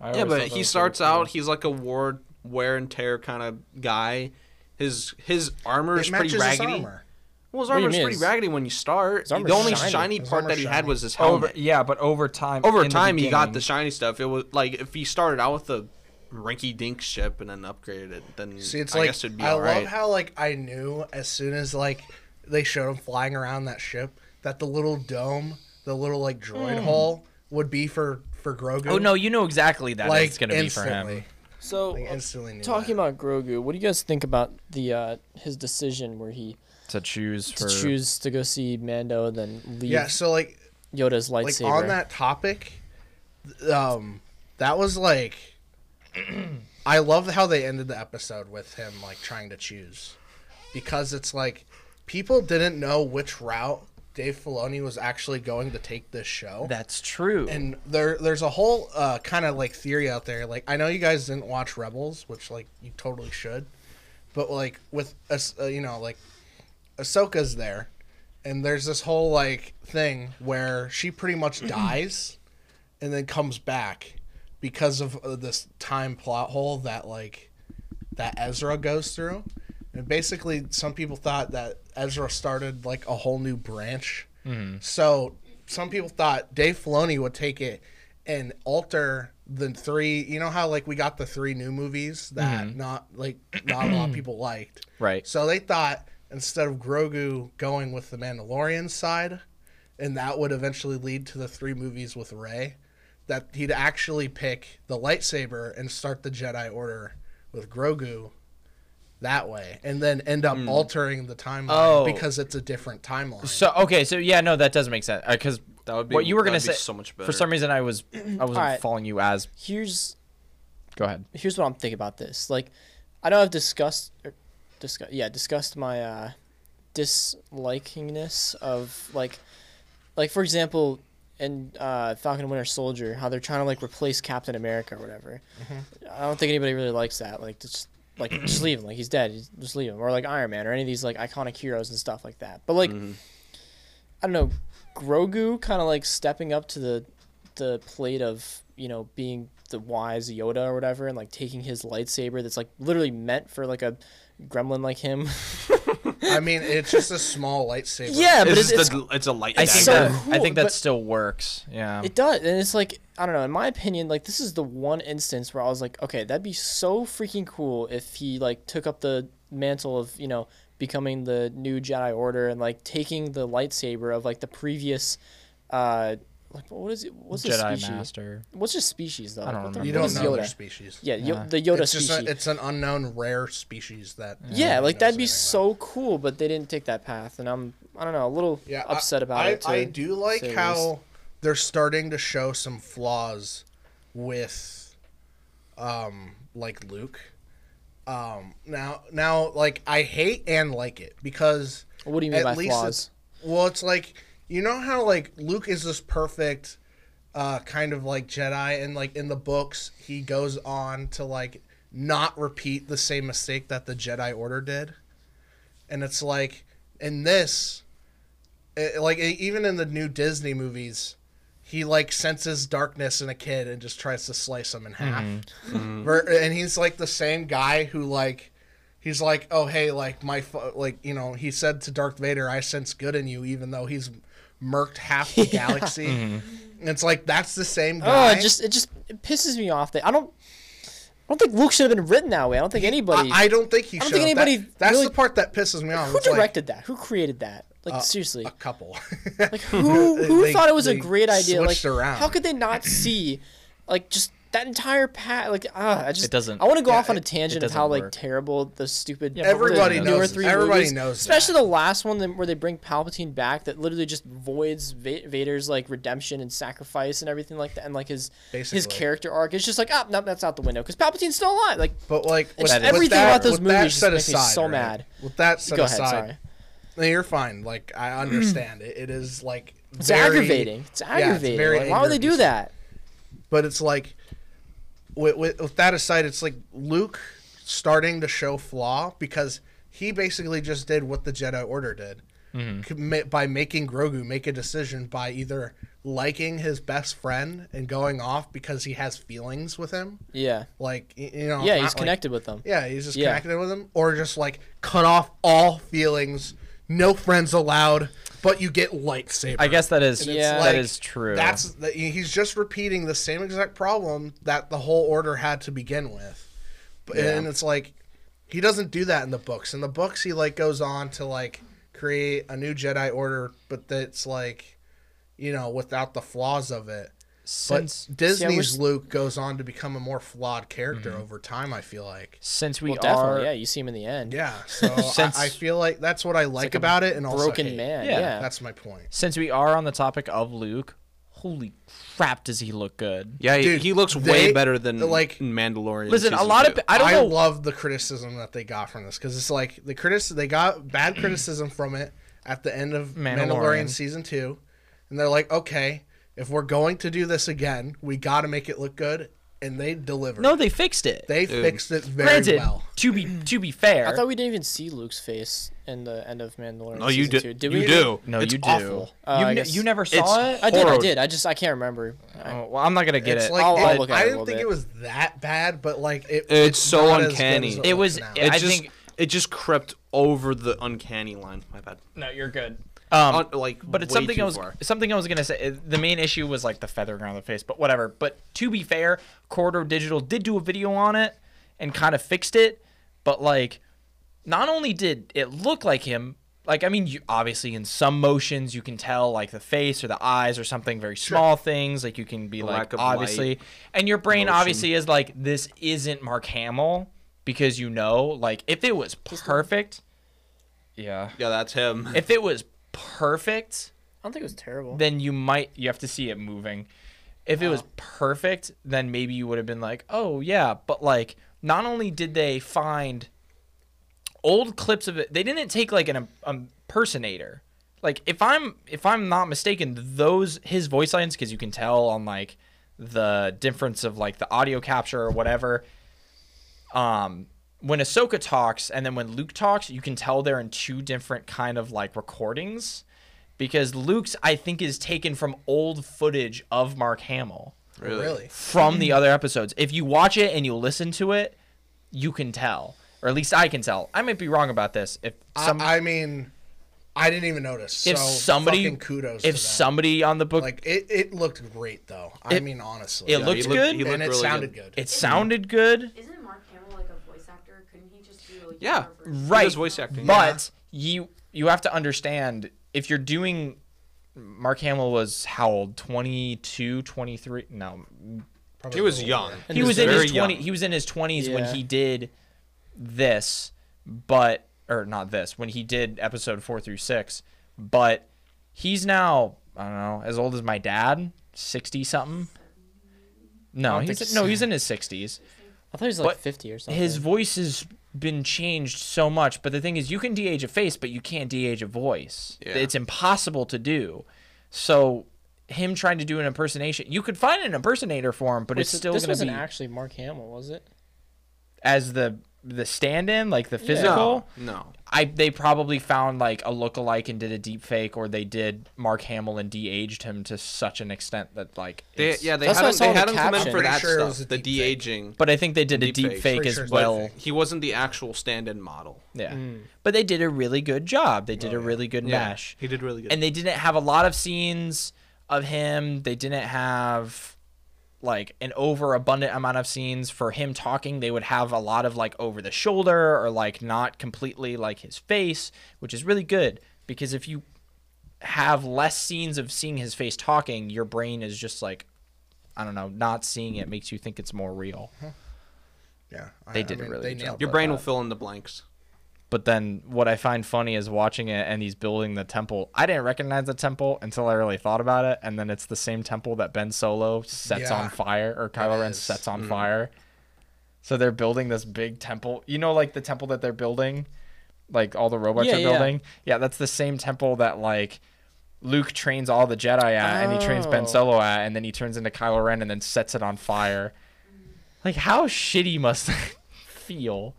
[SPEAKER 6] I
[SPEAKER 4] Yeah,
[SPEAKER 6] always
[SPEAKER 4] but
[SPEAKER 6] thought that
[SPEAKER 4] he
[SPEAKER 6] was
[SPEAKER 4] starts
[SPEAKER 6] really cool.
[SPEAKER 4] out, he's like a war wear and tear kind of guy. His his armor is
[SPEAKER 2] It matches
[SPEAKER 4] pretty
[SPEAKER 2] his
[SPEAKER 4] raggedy.
[SPEAKER 2] armor.
[SPEAKER 4] Well, his
[SPEAKER 1] do you
[SPEAKER 4] armor's
[SPEAKER 1] mean?
[SPEAKER 4] pretty
[SPEAKER 1] His-
[SPEAKER 4] raggedy when you start.
[SPEAKER 1] his
[SPEAKER 4] The
[SPEAKER 1] armor's
[SPEAKER 4] only
[SPEAKER 1] shiny.
[SPEAKER 4] shiny
[SPEAKER 2] His
[SPEAKER 4] part that
[SPEAKER 2] armor's
[SPEAKER 4] he had
[SPEAKER 2] shiny.
[SPEAKER 4] was his
[SPEAKER 6] Over
[SPEAKER 4] helmet.
[SPEAKER 6] yeah, but over time.
[SPEAKER 4] Over
[SPEAKER 6] in the
[SPEAKER 4] time, he got
[SPEAKER 6] beginning-
[SPEAKER 4] the shiny stuff. It was like if he started out with the rinky dink ship and then upgraded it, then
[SPEAKER 2] See, it's
[SPEAKER 4] I
[SPEAKER 2] like
[SPEAKER 4] guess it'd be
[SPEAKER 2] I love
[SPEAKER 4] alright.
[SPEAKER 2] how like I knew as soon as like they showed him flying around that ship that the little dome, the little like
[SPEAKER 1] Hmm.
[SPEAKER 2] droid hole would be for for Grogu.
[SPEAKER 3] Oh no, you know exactly that
[SPEAKER 2] like
[SPEAKER 3] it's gonna
[SPEAKER 2] instantly.
[SPEAKER 3] be
[SPEAKER 1] So
[SPEAKER 2] Like, instantly knew
[SPEAKER 1] talking
[SPEAKER 2] that.
[SPEAKER 1] about Grogu, what do you guys think about the uh, his decision where he
[SPEAKER 3] for him to choose
[SPEAKER 1] to
[SPEAKER 3] for.
[SPEAKER 1] choose to go see Mando and then leave
[SPEAKER 2] yeah. So like
[SPEAKER 1] Yoda's
[SPEAKER 2] like
[SPEAKER 1] lightsaber?
[SPEAKER 2] on that topic, th- um, that was like I love how they ended the episode with him like trying to choose because it's like people didn't know which route Dave Filoni was actually going to take this show.
[SPEAKER 3] That's true.
[SPEAKER 2] and there there's a whole uh, kind of like theory out there like i know you guys didn't watch rebels which like you totally should but like with us uh, you know like ahsoka's there and there's this whole like thing where she pretty much dies and then comes back because of uh, this time plot hole that like that ezra goes through and basically some people thought that ezra started like a whole new branch so some people thought Dave Filoni would take it and alter the three. You know how like we got the three new movies that not like not a lot of people liked.
[SPEAKER 3] Right.
[SPEAKER 2] So they thought instead of Grogu going with the Mandalorian side, and that would eventually lead to the three movies with Rey, that he'd actually pick the lightsaber and start the Jedi Order with Grogu. That way, and then end up
[SPEAKER 1] Hmm.
[SPEAKER 2] altering the timeline
[SPEAKER 3] Oh.
[SPEAKER 2] because it's a different timeline.
[SPEAKER 3] So okay, so yeah, no, that does make sense because
[SPEAKER 4] That would be-
[SPEAKER 3] what you were gonna
[SPEAKER 4] that'd
[SPEAKER 3] say.
[SPEAKER 4] be so much
[SPEAKER 3] For
[SPEAKER 4] better.
[SPEAKER 3] some reason, I was I wasn't
[SPEAKER 1] Alright.
[SPEAKER 3] following you as.
[SPEAKER 1] here's
[SPEAKER 3] Go ahead.
[SPEAKER 1] here's what I'm thinking about this. Like, I know I've discussed, or discuss, yeah, discussed my uh, dislikingness of like, like for example, in uh, Falcon and Winter Soldier, how they're trying to like replace Captain America or whatever. I don't think anybody really likes that. Like, just like just leave him. Like he's dead. He's- Just leave him. Or like Iron Man or any of these like iconic heroes and stuff like that. But like, I don't know, Grogu kind of like stepping up to the the plate of you know being the wise Yoda or whatever, and like taking his lightsaber that's like literally meant for like a gremlin like him.
[SPEAKER 3] Uh-huh.
[SPEAKER 2] I mean, it's just a small lightsaber.
[SPEAKER 1] yeah, but
[SPEAKER 4] it's,
[SPEAKER 1] it's,
[SPEAKER 4] just
[SPEAKER 1] it's,
[SPEAKER 4] the- it's a light.
[SPEAKER 3] I
[SPEAKER 4] dagger.
[SPEAKER 3] think
[SPEAKER 1] so
[SPEAKER 3] that I
[SPEAKER 1] cool,
[SPEAKER 3] think that
[SPEAKER 1] but-
[SPEAKER 3] still works. Yeah.
[SPEAKER 1] it does, and it's like I don't know. In my opinion, like this is the one instance where I was like, okay, that'd be so freaking cool if he like took up the mantle of you know becoming the new Jedi Order and like taking the lightsaber of like the previous. uh like what is it? What's his
[SPEAKER 3] Jedi
[SPEAKER 1] species?
[SPEAKER 3] Master.
[SPEAKER 1] What's his species though?
[SPEAKER 3] I don't
[SPEAKER 1] What the-
[SPEAKER 3] remember. Uh-huh.
[SPEAKER 2] You
[SPEAKER 1] what
[SPEAKER 2] don't
[SPEAKER 1] is
[SPEAKER 2] know
[SPEAKER 1] Yoda?
[SPEAKER 2] their species.
[SPEAKER 1] Yeah, Yo-
[SPEAKER 3] Yeah.
[SPEAKER 1] the Yoda
[SPEAKER 2] it's
[SPEAKER 1] species.
[SPEAKER 2] just a, it's an unknown rare species that.
[SPEAKER 1] Yeah,
[SPEAKER 2] nobody
[SPEAKER 1] like
[SPEAKER 2] knows
[SPEAKER 1] that'd be
[SPEAKER 2] anything
[SPEAKER 1] so cool, but they didn't take that path, and I'm I don't know a little
[SPEAKER 2] about. Yeah, I-
[SPEAKER 1] upset about
[SPEAKER 2] I,
[SPEAKER 1] it. Too.
[SPEAKER 2] I do like
[SPEAKER 1] say the
[SPEAKER 2] how they're starting to show some flaws with, um, like Luke. Um, now now like I hate and like it because
[SPEAKER 1] What do you mean
[SPEAKER 2] at
[SPEAKER 1] by
[SPEAKER 2] least
[SPEAKER 1] flaws?
[SPEAKER 2] It's, well, it's like you know how like Luke is this perfect uh, kind of like Jedi, and like in the books, he goes on to like not repeat the same mistake that the Jedi Order did, and it's like in this, it, like e- even in the new Disney movies. He like senses darkness in a kid and just tries to slice him in half.
[SPEAKER 1] Mm-hmm.
[SPEAKER 2] Ver- And he's like the same guy who like he's like, oh hey, like my fu- like you know, he said to Darth Vader, I sense good in you, even though he's murked half the galaxy. And it's like that's the same
[SPEAKER 1] Mm-hmm. Oh,
[SPEAKER 2] guy.
[SPEAKER 1] it just it just it pisses me off that I don't I don't think Luke should have been written that way. I don't think anybody.
[SPEAKER 2] I, I don't think he.
[SPEAKER 1] I don't
[SPEAKER 2] should
[SPEAKER 1] think
[SPEAKER 2] have. That-
[SPEAKER 1] anybody
[SPEAKER 2] that's
[SPEAKER 1] really-
[SPEAKER 2] the part that pisses me off.
[SPEAKER 1] who
[SPEAKER 2] It's like, Uh,
[SPEAKER 1] directed that? Who created that? Like seriously,
[SPEAKER 2] a couple?
[SPEAKER 1] like who who
[SPEAKER 2] they-
[SPEAKER 1] thought it was a
[SPEAKER 2] they
[SPEAKER 1] great idea? Like
[SPEAKER 2] switched around.
[SPEAKER 1] how could they not see, like just that entire pat? Like ah, I just
[SPEAKER 3] It doesn't-
[SPEAKER 1] I want to go
[SPEAKER 2] yeah,
[SPEAKER 1] off on a
[SPEAKER 2] it-
[SPEAKER 1] tangent
[SPEAKER 3] it
[SPEAKER 1] of how
[SPEAKER 3] doesn't
[SPEAKER 1] like
[SPEAKER 3] work.
[SPEAKER 1] terrible the stupid.
[SPEAKER 6] but
[SPEAKER 2] Everybody
[SPEAKER 1] the
[SPEAKER 2] knows
[SPEAKER 1] newer
[SPEAKER 2] this. Everybody knows
[SPEAKER 1] Especially
[SPEAKER 2] that.
[SPEAKER 1] the last one that- where they bring Palpatine back, that literally just voids Va- Vader's like redemption and sacrifice and everything like that, and like his his
[SPEAKER 2] Basically.
[SPEAKER 1] character arc. It's just like ah, no, that's out the window because Palpatine's still alive. Like
[SPEAKER 2] But like with,
[SPEAKER 1] just
[SPEAKER 2] with
[SPEAKER 1] everything
[SPEAKER 2] that,
[SPEAKER 1] about those
[SPEAKER 2] with
[SPEAKER 1] movies
[SPEAKER 2] that
[SPEAKER 1] just
[SPEAKER 2] set
[SPEAKER 1] makes me
[SPEAKER 2] aside,
[SPEAKER 1] so
[SPEAKER 2] right?
[SPEAKER 1] mad.
[SPEAKER 2] With that set
[SPEAKER 1] go ahead,
[SPEAKER 2] aside,
[SPEAKER 1] sorry.
[SPEAKER 2] no, you're fine. Like I understand it. It is like
[SPEAKER 1] It's
[SPEAKER 2] very-
[SPEAKER 1] aggravating. It's
[SPEAKER 2] it's
[SPEAKER 1] aggravating.
[SPEAKER 2] very
[SPEAKER 1] like, why would they do
[SPEAKER 2] anger-inducing.
[SPEAKER 1] that?
[SPEAKER 2] but it's like with, with, with that aside it's like luke starting to show flaw because he basically just did what the jedi order did
[SPEAKER 1] Mm-hmm.
[SPEAKER 2] Commi- by making grogu make a decision by either liking his best friend and going off because he has feelings with him
[SPEAKER 1] Yeah.
[SPEAKER 2] like y- you know
[SPEAKER 1] Yeah,
[SPEAKER 2] not
[SPEAKER 1] he's
[SPEAKER 2] like-
[SPEAKER 1] connected with them.
[SPEAKER 2] yeah he's just
[SPEAKER 1] Yeah.
[SPEAKER 2] connected with him or just like cut off all feelings no friends allowed but you get lightsaber
[SPEAKER 3] I guess that is
[SPEAKER 1] And it's Yeah.
[SPEAKER 3] that
[SPEAKER 1] like-
[SPEAKER 3] is true.
[SPEAKER 2] that's that he's just repeating the same exact problem that the whole order had to begin with. But and it's like he doesn't do that in the books. In the books he like goes on to like create a new Jedi order, but that's like you know, without the flaws of it.
[SPEAKER 3] since
[SPEAKER 2] but
[SPEAKER 1] See, I
[SPEAKER 2] Disney's
[SPEAKER 1] wish-
[SPEAKER 2] Luke goes on to become a more flawed character
[SPEAKER 3] Mm-hmm.
[SPEAKER 2] over time, I feel like.
[SPEAKER 3] since we
[SPEAKER 1] Well,
[SPEAKER 3] are
[SPEAKER 1] definitely. Yeah, you see him in the end.
[SPEAKER 2] Yeah. So I,
[SPEAKER 3] Since-
[SPEAKER 2] I feel like that's what I like, about it and also
[SPEAKER 1] Broken
[SPEAKER 2] hate.
[SPEAKER 1] man.
[SPEAKER 3] Yeah,
[SPEAKER 1] Yeah.
[SPEAKER 2] That's my point.
[SPEAKER 3] since we are on the topic of Luke, holy crap, does he look good?
[SPEAKER 4] Yeah, he,
[SPEAKER 2] Dude,
[SPEAKER 4] he looks
[SPEAKER 2] they-
[SPEAKER 4] way better than
[SPEAKER 2] like-
[SPEAKER 4] like Mandalorian.
[SPEAKER 3] Listen, a
[SPEAKER 4] season
[SPEAKER 3] lot
[SPEAKER 4] two.
[SPEAKER 3] of I don't know.
[SPEAKER 2] love the criticism that they got from this because it's like the critic they got bad criticism from it at the end of Mandalorian.
[SPEAKER 3] Mandalorian.
[SPEAKER 2] season two, and they're like, okay, if we're going to do this again, we got to make it look good, and they delivered.
[SPEAKER 3] no, they fixed it.
[SPEAKER 2] they fixed it very
[SPEAKER 3] Granted,
[SPEAKER 2] well.
[SPEAKER 3] to be to be fair,
[SPEAKER 1] I thought we didn't even see Luke's face in the end of Mandalorian.
[SPEAKER 4] Oh, you
[SPEAKER 1] season
[SPEAKER 4] do.
[SPEAKER 1] two.
[SPEAKER 4] you
[SPEAKER 1] we?
[SPEAKER 4] do.
[SPEAKER 3] no,
[SPEAKER 4] It's
[SPEAKER 3] you do.
[SPEAKER 4] awful.
[SPEAKER 1] Uh,
[SPEAKER 3] you,
[SPEAKER 1] I
[SPEAKER 3] ne-
[SPEAKER 1] guess-
[SPEAKER 3] you never saw
[SPEAKER 4] It's
[SPEAKER 3] it.
[SPEAKER 1] I did. I
[SPEAKER 4] Horrible.
[SPEAKER 1] did. I just I can't remember. I-
[SPEAKER 3] Oh, well, I'm not gonna get
[SPEAKER 2] It's
[SPEAKER 3] it.
[SPEAKER 2] like
[SPEAKER 1] I'll- I'll
[SPEAKER 2] it-
[SPEAKER 1] look at it
[SPEAKER 2] I
[SPEAKER 1] a
[SPEAKER 2] didn't
[SPEAKER 1] little
[SPEAKER 2] think
[SPEAKER 1] bit.
[SPEAKER 2] it was that bad, but like it,
[SPEAKER 4] so
[SPEAKER 2] not as good
[SPEAKER 4] uncanny.
[SPEAKER 2] as
[SPEAKER 4] It
[SPEAKER 2] looks
[SPEAKER 3] was-
[SPEAKER 2] now.
[SPEAKER 3] it-
[SPEAKER 4] It
[SPEAKER 3] I
[SPEAKER 4] just
[SPEAKER 3] think-
[SPEAKER 4] it just crept over the uncanny line. My bad.
[SPEAKER 6] No, you're good.
[SPEAKER 3] um,
[SPEAKER 4] Un- like,
[SPEAKER 3] but it's
[SPEAKER 4] way
[SPEAKER 3] something
[SPEAKER 4] too
[SPEAKER 3] I was
[SPEAKER 4] far.
[SPEAKER 3] something I was gonna say. uh, The main issue was like the feathering on the face, but whatever. But to be fair, Corridor Digital did do a video on it and kind of fixed it. But like, not only did it look like him, like I mean, you, obviously in some motions you can tell like the face or the eyes or something very small things. Like you can be
[SPEAKER 4] lack
[SPEAKER 3] like
[SPEAKER 4] of
[SPEAKER 3] obviously,
[SPEAKER 4] light,
[SPEAKER 3] and your brain
[SPEAKER 4] motion.
[SPEAKER 3] obviously is like this isn't Mark Hamill because you know like if it was perfect, yeah,
[SPEAKER 4] Yeah, that's him.
[SPEAKER 3] if it was perfect
[SPEAKER 1] I don't think it was terrible.
[SPEAKER 3] then you might you have to see it moving. If it was perfect, then maybe you would have been like, "Oh yeah," but like not only did they find old clips of it, they didn't take like an um, impersonator. Like if I'm if I'm not mistaken, those his voice lines because you can tell on like the difference of like the audio capture or whatever. Um, when Ahsoka talks and then when Luke talks, you can tell they're in two different kind of like recordings because Luke's I think is taken from old footage of Mark Hamill
[SPEAKER 4] really.
[SPEAKER 2] really.
[SPEAKER 3] from the other episodes. If you watch it and you listen to it, you can tell, or at least I can tell. I might be wrong about this. If some,
[SPEAKER 2] I, I mean, I didn't even notice.
[SPEAKER 3] if
[SPEAKER 2] so
[SPEAKER 3] somebody,
[SPEAKER 2] fucking kudos. to
[SPEAKER 3] if
[SPEAKER 2] them.
[SPEAKER 3] somebody on the book,
[SPEAKER 2] like it, it looked great though. I mean, honestly,
[SPEAKER 3] it looked
[SPEAKER 4] he
[SPEAKER 3] good,
[SPEAKER 4] he
[SPEAKER 2] and it
[SPEAKER 4] really
[SPEAKER 2] sounded
[SPEAKER 4] good.
[SPEAKER 2] good.
[SPEAKER 3] it sounded good,
[SPEAKER 7] Isn't Mark Hamill like a voice actor? Couldn't he just do like
[SPEAKER 4] Yeah,
[SPEAKER 7] whatever?
[SPEAKER 4] he does
[SPEAKER 3] right?
[SPEAKER 4] voice acting.
[SPEAKER 3] but you you have to understand if you're doing. Mark Hamill was how old? 22, 23? No,
[SPEAKER 2] Probably
[SPEAKER 4] He
[SPEAKER 2] a
[SPEAKER 4] was
[SPEAKER 2] little
[SPEAKER 4] young.
[SPEAKER 2] older.
[SPEAKER 1] And
[SPEAKER 3] he
[SPEAKER 1] was
[SPEAKER 3] was in
[SPEAKER 4] very
[SPEAKER 3] his twenty.
[SPEAKER 4] young.
[SPEAKER 3] He was in his twenties when
[SPEAKER 1] Yeah.
[SPEAKER 3] he did this, but or not this when he did episode four through six. But he's now I don't know as old as my dad, sixty something. No,
[SPEAKER 1] don't
[SPEAKER 3] he's
[SPEAKER 1] think
[SPEAKER 3] no,
[SPEAKER 1] so.
[SPEAKER 3] he's in his sixties.
[SPEAKER 1] I thought he was like
[SPEAKER 3] but
[SPEAKER 1] fifty or something.
[SPEAKER 3] His voice has been changed so much, but the thing is, you can de-age a face, but you can't de-age a voice.
[SPEAKER 4] Yeah.
[SPEAKER 3] It's impossible to do. So. Him trying to do an impersonation, you could find an impersonator for him, but
[SPEAKER 1] Wait,
[SPEAKER 3] it's
[SPEAKER 1] so
[SPEAKER 3] still
[SPEAKER 1] this
[SPEAKER 3] going to
[SPEAKER 1] wasn't
[SPEAKER 3] be
[SPEAKER 1] actually Mark Hamill, was it?
[SPEAKER 3] as the the stand-in, like the physical.
[SPEAKER 4] no, no.
[SPEAKER 3] I they probably found like a lookalike and did a deep fake, or they did Mark Hamill and de-aged him to such an extent that like
[SPEAKER 4] They,
[SPEAKER 3] it's-
[SPEAKER 4] yeah, they
[SPEAKER 1] That's
[SPEAKER 4] had
[SPEAKER 1] what I
[SPEAKER 4] him,
[SPEAKER 1] saw
[SPEAKER 4] they
[SPEAKER 1] in the
[SPEAKER 4] had him come in
[SPEAKER 1] caption.
[SPEAKER 4] for
[SPEAKER 2] Pretty
[SPEAKER 4] that
[SPEAKER 2] sure it was a
[SPEAKER 4] stuff, the
[SPEAKER 2] deep
[SPEAKER 4] de
[SPEAKER 2] fake.
[SPEAKER 4] aging.
[SPEAKER 3] But I think they did a
[SPEAKER 4] Deep
[SPEAKER 3] deep
[SPEAKER 4] fake.
[SPEAKER 3] fake
[SPEAKER 2] Pretty
[SPEAKER 3] as
[SPEAKER 2] sure it's deep
[SPEAKER 3] well.
[SPEAKER 2] fake.
[SPEAKER 4] He wasn't the actual stand-in model.
[SPEAKER 3] Yeah,
[SPEAKER 1] Mm.
[SPEAKER 3] but they did a really good job. They did a really good
[SPEAKER 4] Oh, Yeah,
[SPEAKER 3] mash.
[SPEAKER 4] He did really good.
[SPEAKER 3] and they didn't have a lot of scenes of him. They didn't have like an overabundant amount of scenes for him talking. They would have a lot of like over the shoulder or like not completely like his face, which is really good because if you have less scenes of seeing his face talking, your brain is just like I don't know, not seeing it makes you think it's more real.
[SPEAKER 2] Yeah, I-
[SPEAKER 3] They
[SPEAKER 2] I
[SPEAKER 3] did a
[SPEAKER 2] mean,
[SPEAKER 3] really
[SPEAKER 2] they
[SPEAKER 3] good
[SPEAKER 2] nailed it.
[SPEAKER 3] job.
[SPEAKER 4] Your brain will fill in the blanks.
[SPEAKER 3] But then what I find funny is watching it and he's building the temple. I didn't recognize the temple until I really thought about it, and then it's the same temple that Ben Solo sets
[SPEAKER 2] Yeah.
[SPEAKER 3] on fire or Kylo
[SPEAKER 2] It
[SPEAKER 3] Ren
[SPEAKER 2] is. Mm.
[SPEAKER 3] sets on fire. So they're building this big temple. You know like the temple that they're building? Like all the robots
[SPEAKER 1] Yeah,
[SPEAKER 3] are
[SPEAKER 1] yeah.
[SPEAKER 3] building? Yeah, that's the same temple that like Luke trains all the Jedi at and he trains Ben
[SPEAKER 1] Oh.
[SPEAKER 3] Solo at and then he turns into Kylo Ren and then sets it on fire. Like how shitty must that feel?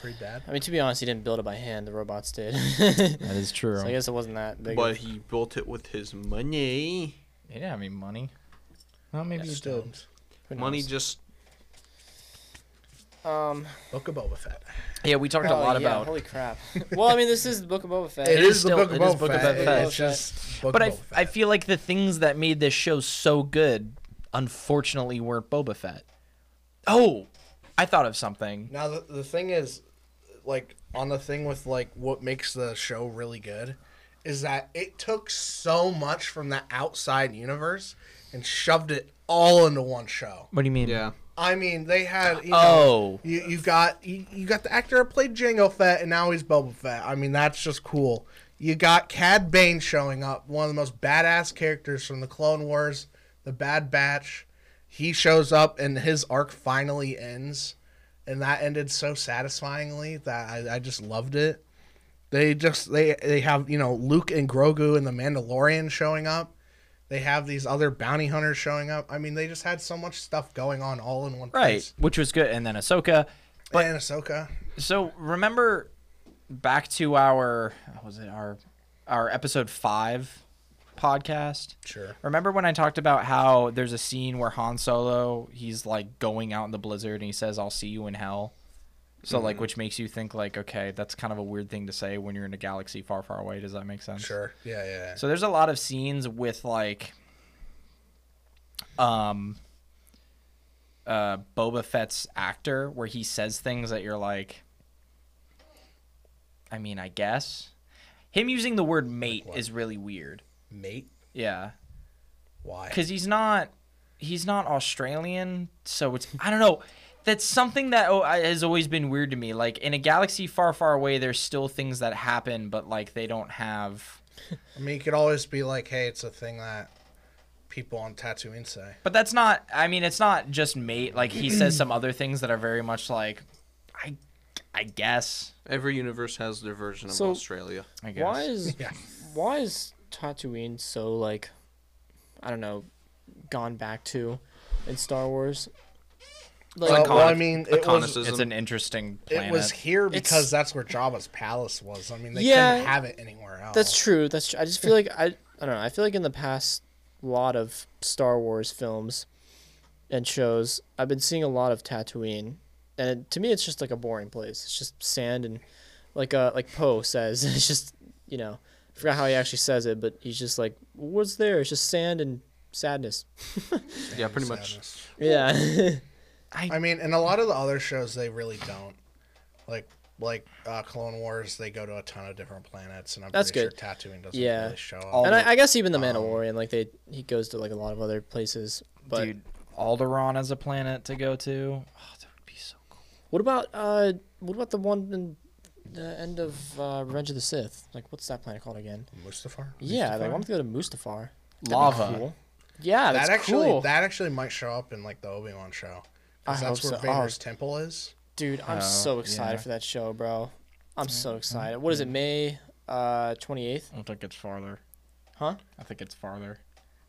[SPEAKER 2] pretty bad.
[SPEAKER 1] I mean, to be honest, he didn't build it by hand. The robots did.
[SPEAKER 3] That is true.
[SPEAKER 1] so I guess it wasn't that big.
[SPEAKER 4] But
[SPEAKER 1] of-
[SPEAKER 4] he built it with his money.
[SPEAKER 3] He didn't have any money. Well, maybe he
[SPEAKER 2] Still,
[SPEAKER 3] did.
[SPEAKER 1] who
[SPEAKER 4] Money
[SPEAKER 1] knows?
[SPEAKER 4] just
[SPEAKER 1] Um.
[SPEAKER 2] Book of Boba Fett.
[SPEAKER 3] Yeah, we talked a
[SPEAKER 1] oh,
[SPEAKER 3] lot
[SPEAKER 1] yeah,
[SPEAKER 3] about.
[SPEAKER 1] Holy crap. well, I mean, this is the Book of Boba Fett.
[SPEAKER 3] It
[SPEAKER 2] it
[SPEAKER 3] is
[SPEAKER 2] is,
[SPEAKER 3] still-
[SPEAKER 2] the Book of
[SPEAKER 3] it is
[SPEAKER 2] Boba
[SPEAKER 3] Book of
[SPEAKER 2] Fett.
[SPEAKER 3] Boba Fett.
[SPEAKER 2] It's just Book
[SPEAKER 3] But
[SPEAKER 2] of
[SPEAKER 3] I,
[SPEAKER 2] Boba Fett.
[SPEAKER 3] I feel like the things that made this show so good, unfortunately, weren't Boba Fett. Oh, I thought of something.
[SPEAKER 2] Now the, the thing is, like on the thing with like what makes the show really good, is that it took so much from the outside universe and shoved it all into one show.
[SPEAKER 3] What do you mean?
[SPEAKER 4] yeah.
[SPEAKER 2] I mean, they had you know,
[SPEAKER 3] Oh,
[SPEAKER 2] you you got you, you got the actor that played Jango Fett and now he's Boba Fett. I mean, that's just cool. You got Cad Bane showing up, one of the most badass characters from the Clone Wars, the Bad Batch. He shows up and his arc finally ends, and that ended so satisfyingly that I, I just loved it. They just they they have you know Luke and Grogu and the Mandalorian showing up. They have these other bounty hunters showing up. I mean, they just had so much stuff going on all in one
[SPEAKER 3] right.
[SPEAKER 2] place.
[SPEAKER 3] Which was good, and then Ahsoka.
[SPEAKER 2] But and Ahsoka,
[SPEAKER 3] So remember, back to our what was it our our episode five podcast?
[SPEAKER 2] Sure.
[SPEAKER 3] Remember when I talked about how there's a scene where Han Solo he's like going out in the blizzard and he says, "I'll see you in hell." So
[SPEAKER 2] Mm-hmm.
[SPEAKER 3] like, which makes you think like, okay, that's kind of a weird thing to say when you're in a galaxy far, far away. Does that make sense?
[SPEAKER 2] Sure. Yeah, yeah. yeah.
[SPEAKER 3] So there's a lot of scenes with like um uh Boba Fett's actor where he says things that you're like I mean, I guess him using the word mate
[SPEAKER 2] what?
[SPEAKER 3] is really weird.
[SPEAKER 2] Mate,
[SPEAKER 3] Yeah.
[SPEAKER 2] why?
[SPEAKER 3] Cuz he's not he's not Australian, so it's I don't know. That's something that oh, I- has always been weird to me. Like in a galaxy far, far away, there's still things that happen, but like they don't have
[SPEAKER 2] I mean, you could always be like, "Hey, it's a thing that people on Tatooine say."
[SPEAKER 3] But that's not. I mean, it's not just mate. Like he says some other things that are very much like, I, I guess.
[SPEAKER 4] Every universe has their version of
[SPEAKER 1] So-
[SPEAKER 4] Australia.
[SPEAKER 3] I guess.
[SPEAKER 1] Why is
[SPEAKER 2] Yeah.
[SPEAKER 1] why is Tatooine so like, I don't know, gone back to, in Star Wars? Like,
[SPEAKER 2] Well,
[SPEAKER 4] Iconic-
[SPEAKER 2] well, I mean, it was
[SPEAKER 4] Iconicism.
[SPEAKER 3] It's an interesting planet.
[SPEAKER 2] it was here because
[SPEAKER 1] It's-
[SPEAKER 2] that's where Jabba's palace was. I mean, they
[SPEAKER 1] Yeah.
[SPEAKER 2] couldn't have it anywhere else.
[SPEAKER 1] That's true. That's true. I just feel like I I don't know. I feel like in the past lot of Star Wars films and shows, I've been seeing a lot of Tatooine, and to me, it's just like a boring place. It's just sand and like uh like Poe says, it's just you know, I forgot how he actually says it, but he's just like, what's there? It's just sand and sadness.
[SPEAKER 4] yeah, pretty much.
[SPEAKER 1] Yeah.
[SPEAKER 2] I mean, and a lot of the other shows they really don't. Like like uh, Clone Wars, they go to a ton of different planets, and I'm
[SPEAKER 1] That's
[SPEAKER 2] pretty
[SPEAKER 1] good.
[SPEAKER 2] sure Tatooine doesn't
[SPEAKER 1] Yeah.
[SPEAKER 2] really show up.
[SPEAKER 1] and I, I guess even the
[SPEAKER 2] Um,
[SPEAKER 1] Mandalorian, like they, he goes to like a lot of other places. But
[SPEAKER 3] Dude, Alderaan as a planet to go to. Oh, that would be so cool.
[SPEAKER 1] what about uh, what about the one in the end of uh, Revenge of the Sith? Like, what's that planet called again?
[SPEAKER 2] Mustafar.
[SPEAKER 1] Yeah, like, I want to go to Mustafar. That'd be
[SPEAKER 3] Lava.
[SPEAKER 1] cool. Yeah, that's
[SPEAKER 2] that actually
[SPEAKER 1] cool.
[SPEAKER 2] that actually might show up in like the Obi Wan show.
[SPEAKER 1] I
[SPEAKER 2] 'Cause
[SPEAKER 1] hope
[SPEAKER 2] that's
[SPEAKER 1] so.
[SPEAKER 2] where
[SPEAKER 1] Oh.
[SPEAKER 2] Vader's temple is.
[SPEAKER 1] Dude, I'm
[SPEAKER 3] Oh,
[SPEAKER 1] so excited
[SPEAKER 3] yeah.
[SPEAKER 1] for that show, bro. I'm so excited. What is it, May uh, 28th?
[SPEAKER 3] I don't think it's farther.
[SPEAKER 1] Huh?
[SPEAKER 3] I think it's farther.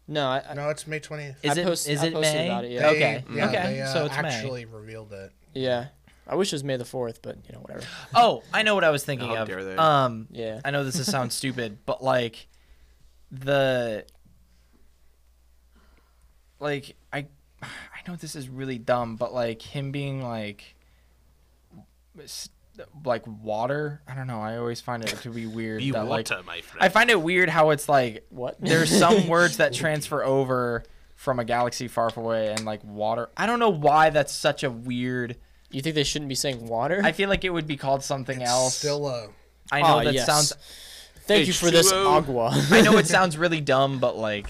[SPEAKER 1] No, I, Mm-hmm. I,
[SPEAKER 2] No, it's May twentieth.
[SPEAKER 3] Is
[SPEAKER 1] I
[SPEAKER 3] it?
[SPEAKER 1] post-
[SPEAKER 3] is
[SPEAKER 1] I
[SPEAKER 3] it
[SPEAKER 1] posted
[SPEAKER 3] May?
[SPEAKER 1] about it, yeah.
[SPEAKER 2] They-
[SPEAKER 3] Okay.
[SPEAKER 2] yeah,
[SPEAKER 3] okay.
[SPEAKER 2] they, uh,
[SPEAKER 3] so it's May.
[SPEAKER 2] actually revealed it.
[SPEAKER 1] yeah. I wish it was May the 4th, but, you know, whatever.
[SPEAKER 3] Oh, I know what I was thinking
[SPEAKER 4] How
[SPEAKER 3] of.
[SPEAKER 4] dare they.
[SPEAKER 3] Um,
[SPEAKER 1] Yeah.
[SPEAKER 3] I know this is sounds stupid, but like the like I I know this is really dumb, but like him being like s- like water. I don't know. I always find it to be weird.
[SPEAKER 4] Be
[SPEAKER 3] that, like,
[SPEAKER 4] water, my friend.
[SPEAKER 3] I find it weird how it's like
[SPEAKER 1] What?
[SPEAKER 3] there's some words that transfer over from a galaxy far away and like water. I don't know why that's such a weird.
[SPEAKER 1] You think they shouldn't be saying water?
[SPEAKER 3] I feel like it would be called something else.
[SPEAKER 2] Still a
[SPEAKER 3] I know
[SPEAKER 1] Ah,
[SPEAKER 3] that
[SPEAKER 1] yes.
[SPEAKER 3] sounds.
[SPEAKER 1] Thank you for this
[SPEAKER 4] H2O.
[SPEAKER 1] agua.
[SPEAKER 3] I know it sounds really dumb, but like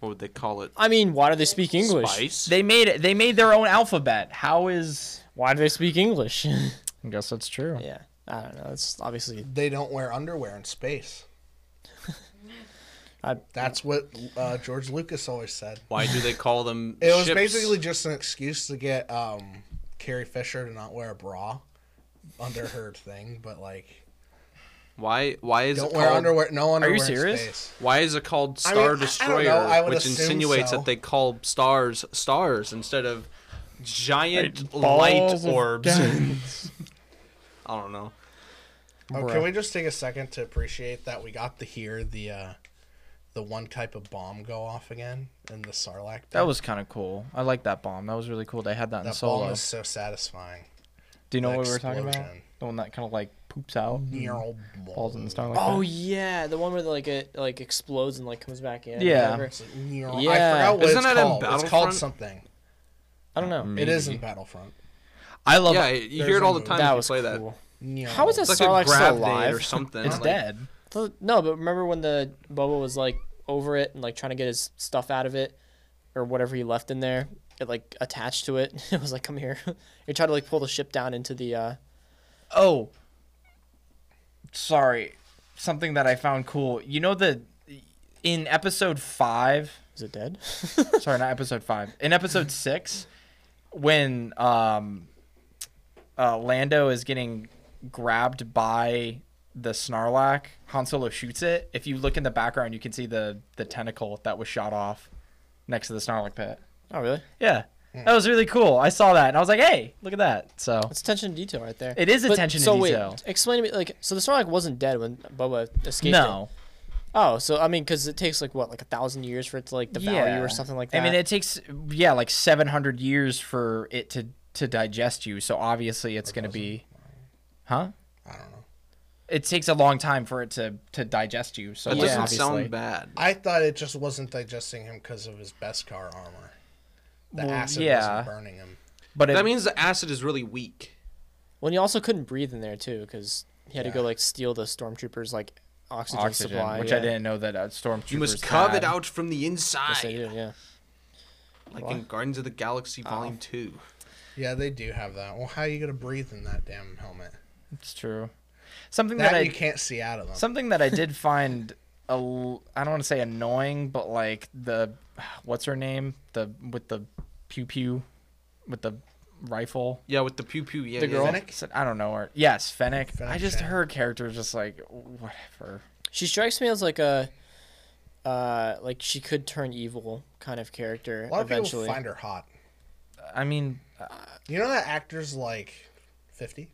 [SPEAKER 4] what would they call it?
[SPEAKER 1] I mean, why do they speak English?
[SPEAKER 4] Spice.
[SPEAKER 3] they made it. They made their own alphabet. How is?
[SPEAKER 1] Why do they speak English?
[SPEAKER 3] I guess that's true.
[SPEAKER 1] yeah, I don't know. It's obviously
[SPEAKER 2] they don't wear underwear in space.
[SPEAKER 1] I-
[SPEAKER 2] That's what uh, George Lucas always said.
[SPEAKER 4] Why do they call them?
[SPEAKER 2] It was
[SPEAKER 4] ships?
[SPEAKER 2] basically just an excuse to get um, Carrie Fisher to not wear a bra under her thing, but like
[SPEAKER 4] Why? Why is
[SPEAKER 2] don't
[SPEAKER 4] it
[SPEAKER 2] wear
[SPEAKER 4] called,
[SPEAKER 2] underwear. No underwear.
[SPEAKER 3] you serious?
[SPEAKER 2] In space.
[SPEAKER 4] Why is it called
[SPEAKER 2] I
[SPEAKER 4] Star
[SPEAKER 2] mean, I- I don't
[SPEAKER 4] Destroyer,
[SPEAKER 2] know, I would
[SPEAKER 4] which
[SPEAKER 2] assume
[SPEAKER 4] insinuates
[SPEAKER 2] so.
[SPEAKER 4] that they call stars stars instead of giant light orbs? I don't know.
[SPEAKER 2] Oh, can we just take a second to appreciate that we got to hear the uh, the one type of bomb go off again in the Sarlacc? pit?
[SPEAKER 3] That was kind of cool. I like that bomb. That was really cool. They had that in
[SPEAKER 2] that
[SPEAKER 3] solo.
[SPEAKER 2] bomb is so satisfying.
[SPEAKER 3] Do you know
[SPEAKER 2] the
[SPEAKER 3] what we were talking about?
[SPEAKER 2] explosion.
[SPEAKER 3] The one that kind of like poops out, and Mm-hmm. falls in the star like
[SPEAKER 1] Oh
[SPEAKER 3] that.
[SPEAKER 1] yeah, the one where like it like explodes and like comes back in. or
[SPEAKER 3] Yeah.
[SPEAKER 1] whatever.
[SPEAKER 2] It's like, neural-
[SPEAKER 1] Yeah.
[SPEAKER 2] I forgot what
[SPEAKER 4] Isn't
[SPEAKER 2] it's
[SPEAKER 4] that in
[SPEAKER 2] called. It's called
[SPEAKER 4] Battlefront?
[SPEAKER 2] something.
[SPEAKER 1] I don't know.
[SPEAKER 2] It is in Battlefront.
[SPEAKER 3] I love.
[SPEAKER 4] Yeah,
[SPEAKER 3] it.
[SPEAKER 4] you
[SPEAKER 2] There's
[SPEAKER 4] hear it
[SPEAKER 2] a
[SPEAKER 4] all the
[SPEAKER 2] move.
[SPEAKER 4] time. if
[SPEAKER 1] That
[SPEAKER 4] you
[SPEAKER 1] was
[SPEAKER 4] play that.
[SPEAKER 1] cool. How is that
[SPEAKER 4] It's like
[SPEAKER 1] Sarlacc
[SPEAKER 4] a grab
[SPEAKER 1] still
[SPEAKER 4] date or
[SPEAKER 1] alive?
[SPEAKER 4] something.
[SPEAKER 3] It's
[SPEAKER 4] like,
[SPEAKER 3] dead.
[SPEAKER 1] Th- No, but remember when the Boba was like over it and like trying to get his stuff out of it or whatever he left in there. It like attached to it. It was like, come here. it tried to like pull the ship down into the. uh
[SPEAKER 3] Oh, sorry. Something that I found cool. You know the in episode five.
[SPEAKER 1] Is it dead?
[SPEAKER 3] sorry, not episode five. In episode six, when um, uh, Lando is getting grabbed by the Snarlack, Han Solo shoots it. If you look in the background, you can see the the tentacle that was shot off next to the Snarlack pit.
[SPEAKER 1] oh really?
[SPEAKER 3] Yeah, that was really cool. I saw that and I was like, "Hey, look at that!" So
[SPEAKER 1] It's attention to detail right there.
[SPEAKER 3] It is attention to detail.
[SPEAKER 1] wait, explain to me like so the Sarlacc wasn't dead when Boba escaped. it.
[SPEAKER 3] no,
[SPEAKER 1] Oh, so I mean, because it takes like what, like a thousand years for it to like devalue
[SPEAKER 3] yeah.
[SPEAKER 1] or something like that.
[SPEAKER 3] I mean, it takes yeah, like seven hundred years for it to to digest you. So obviously, it's going to be, huh?
[SPEAKER 2] I don't know.
[SPEAKER 3] it takes a long time for it to to digest you. So
[SPEAKER 4] That
[SPEAKER 1] Yeah.
[SPEAKER 4] doesn't
[SPEAKER 3] obviously.
[SPEAKER 4] sound bad.
[SPEAKER 2] I thought it just wasn't digesting him because of his Beskar armor. The
[SPEAKER 3] Well,
[SPEAKER 2] acid
[SPEAKER 3] yeah.
[SPEAKER 2] wasn't burning him.
[SPEAKER 3] But it,
[SPEAKER 4] That means the acid is really weak.
[SPEAKER 1] Well, and he also couldn't breathe in there too, because he had to go
[SPEAKER 2] Yeah.
[SPEAKER 1] like steal the stormtroopers like oxygen,
[SPEAKER 3] oxygen,
[SPEAKER 1] supply,
[SPEAKER 3] which
[SPEAKER 1] yeah.
[SPEAKER 3] I didn't know that uh, stormtroopers.
[SPEAKER 4] You must carve
[SPEAKER 3] had.
[SPEAKER 4] it out from the
[SPEAKER 1] Yes, I
[SPEAKER 4] inside,
[SPEAKER 1] do. Oh. Yeah.
[SPEAKER 4] like in Guardians of the Galaxy Volume Two.
[SPEAKER 2] Yeah, they do have that. Well, how are you gonna breathe in that damn helmet?
[SPEAKER 3] It's true. Something that,
[SPEAKER 2] That you
[SPEAKER 3] I
[SPEAKER 2] can't see out of them.
[SPEAKER 3] something that I did find a l- I don't want to say annoying, but like the what's her name the with the pew pew with the rifle.
[SPEAKER 4] Yeah, with the pew pew. Yeah,
[SPEAKER 2] The
[SPEAKER 4] yeah,
[SPEAKER 2] girl?
[SPEAKER 4] yeah.
[SPEAKER 2] Fennec?
[SPEAKER 3] So- I don't know her. Yes, Fennec.
[SPEAKER 2] Fennec
[SPEAKER 3] I just
[SPEAKER 2] Shand.
[SPEAKER 3] her character is just like whatever.
[SPEAKER 1] She strikes me as like a, uh, like she could turn evil kind of character
[SPEAKER 2] a lot of
[SPEAKER 1] eventually.
[SPEAKER 2] people find her hot.
[SPEAKER 3] I mean,
[SPEAKER 2] You know that actor's like fifty.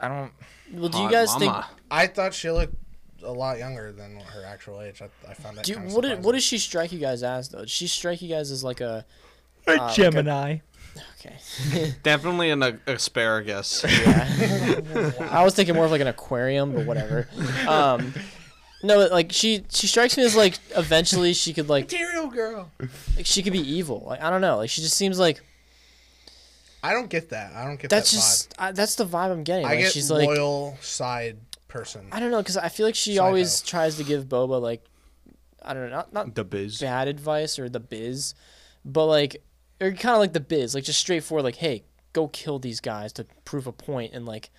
[SPEAKER 3] I don't.
[SPEAKER 1] well, do you
[SPEAKER 4] Hot
[SPEAKER 1] guys
[SPEAKER 4] mama.
[SPEAKER 2] I thought she looked a lot younger than her actual age. I, I found that.
[SPEAKER 1] think?
[SPEAKER 2] kind
[SPEAKER 1] Do,
[SPEAKER 2] of
[SPEAKER 1] what did, what
[SPEAKER 2] surprising.
[SPEAKER 1] does she strike you guys as though? Does she strike you guys as like a
[SPEAKER 3] uh,
[SPEAKER 1] like a-
[SPEAKER 3] Gemini.
[SPEAKER 1] okay?
[SPEAKER 4] Definitely an a- asparagus.
[SPEAKER 1] I was thinking more of like an aquarium, but whatever. Um, no, like she she strikes me as like eventually she could like
[SPEAKER 2] material girl?
[SPEAKER 1] like, she could be evil. Like I don't know. Like she just seems like
[SPEAKER 2] I don't get that. I don't get
[SPEAKER 1] that's
[SPEAKER 2] that
[SPEAKER 1] just I, that's the vibe I'm getting.
[SPEAKER 2] vibe.
[SPEAKER 1] Like,
[SPEAKER 2] I get
[SPEAKER 1] she's like
[SPEAKER 2] loyal side person.
[SPEAKER 1] I don't know because I feel like she
[SPEAKER 2] Psycho.
[SPEAKER 1] always tries to give Boba like I don't know not not
[SPEAKER 4] the biz.
[SPEAKER 1] bad advice or the biz, but like or kind of like the biz like just straightforward like hey go kill these guys to prove a point and like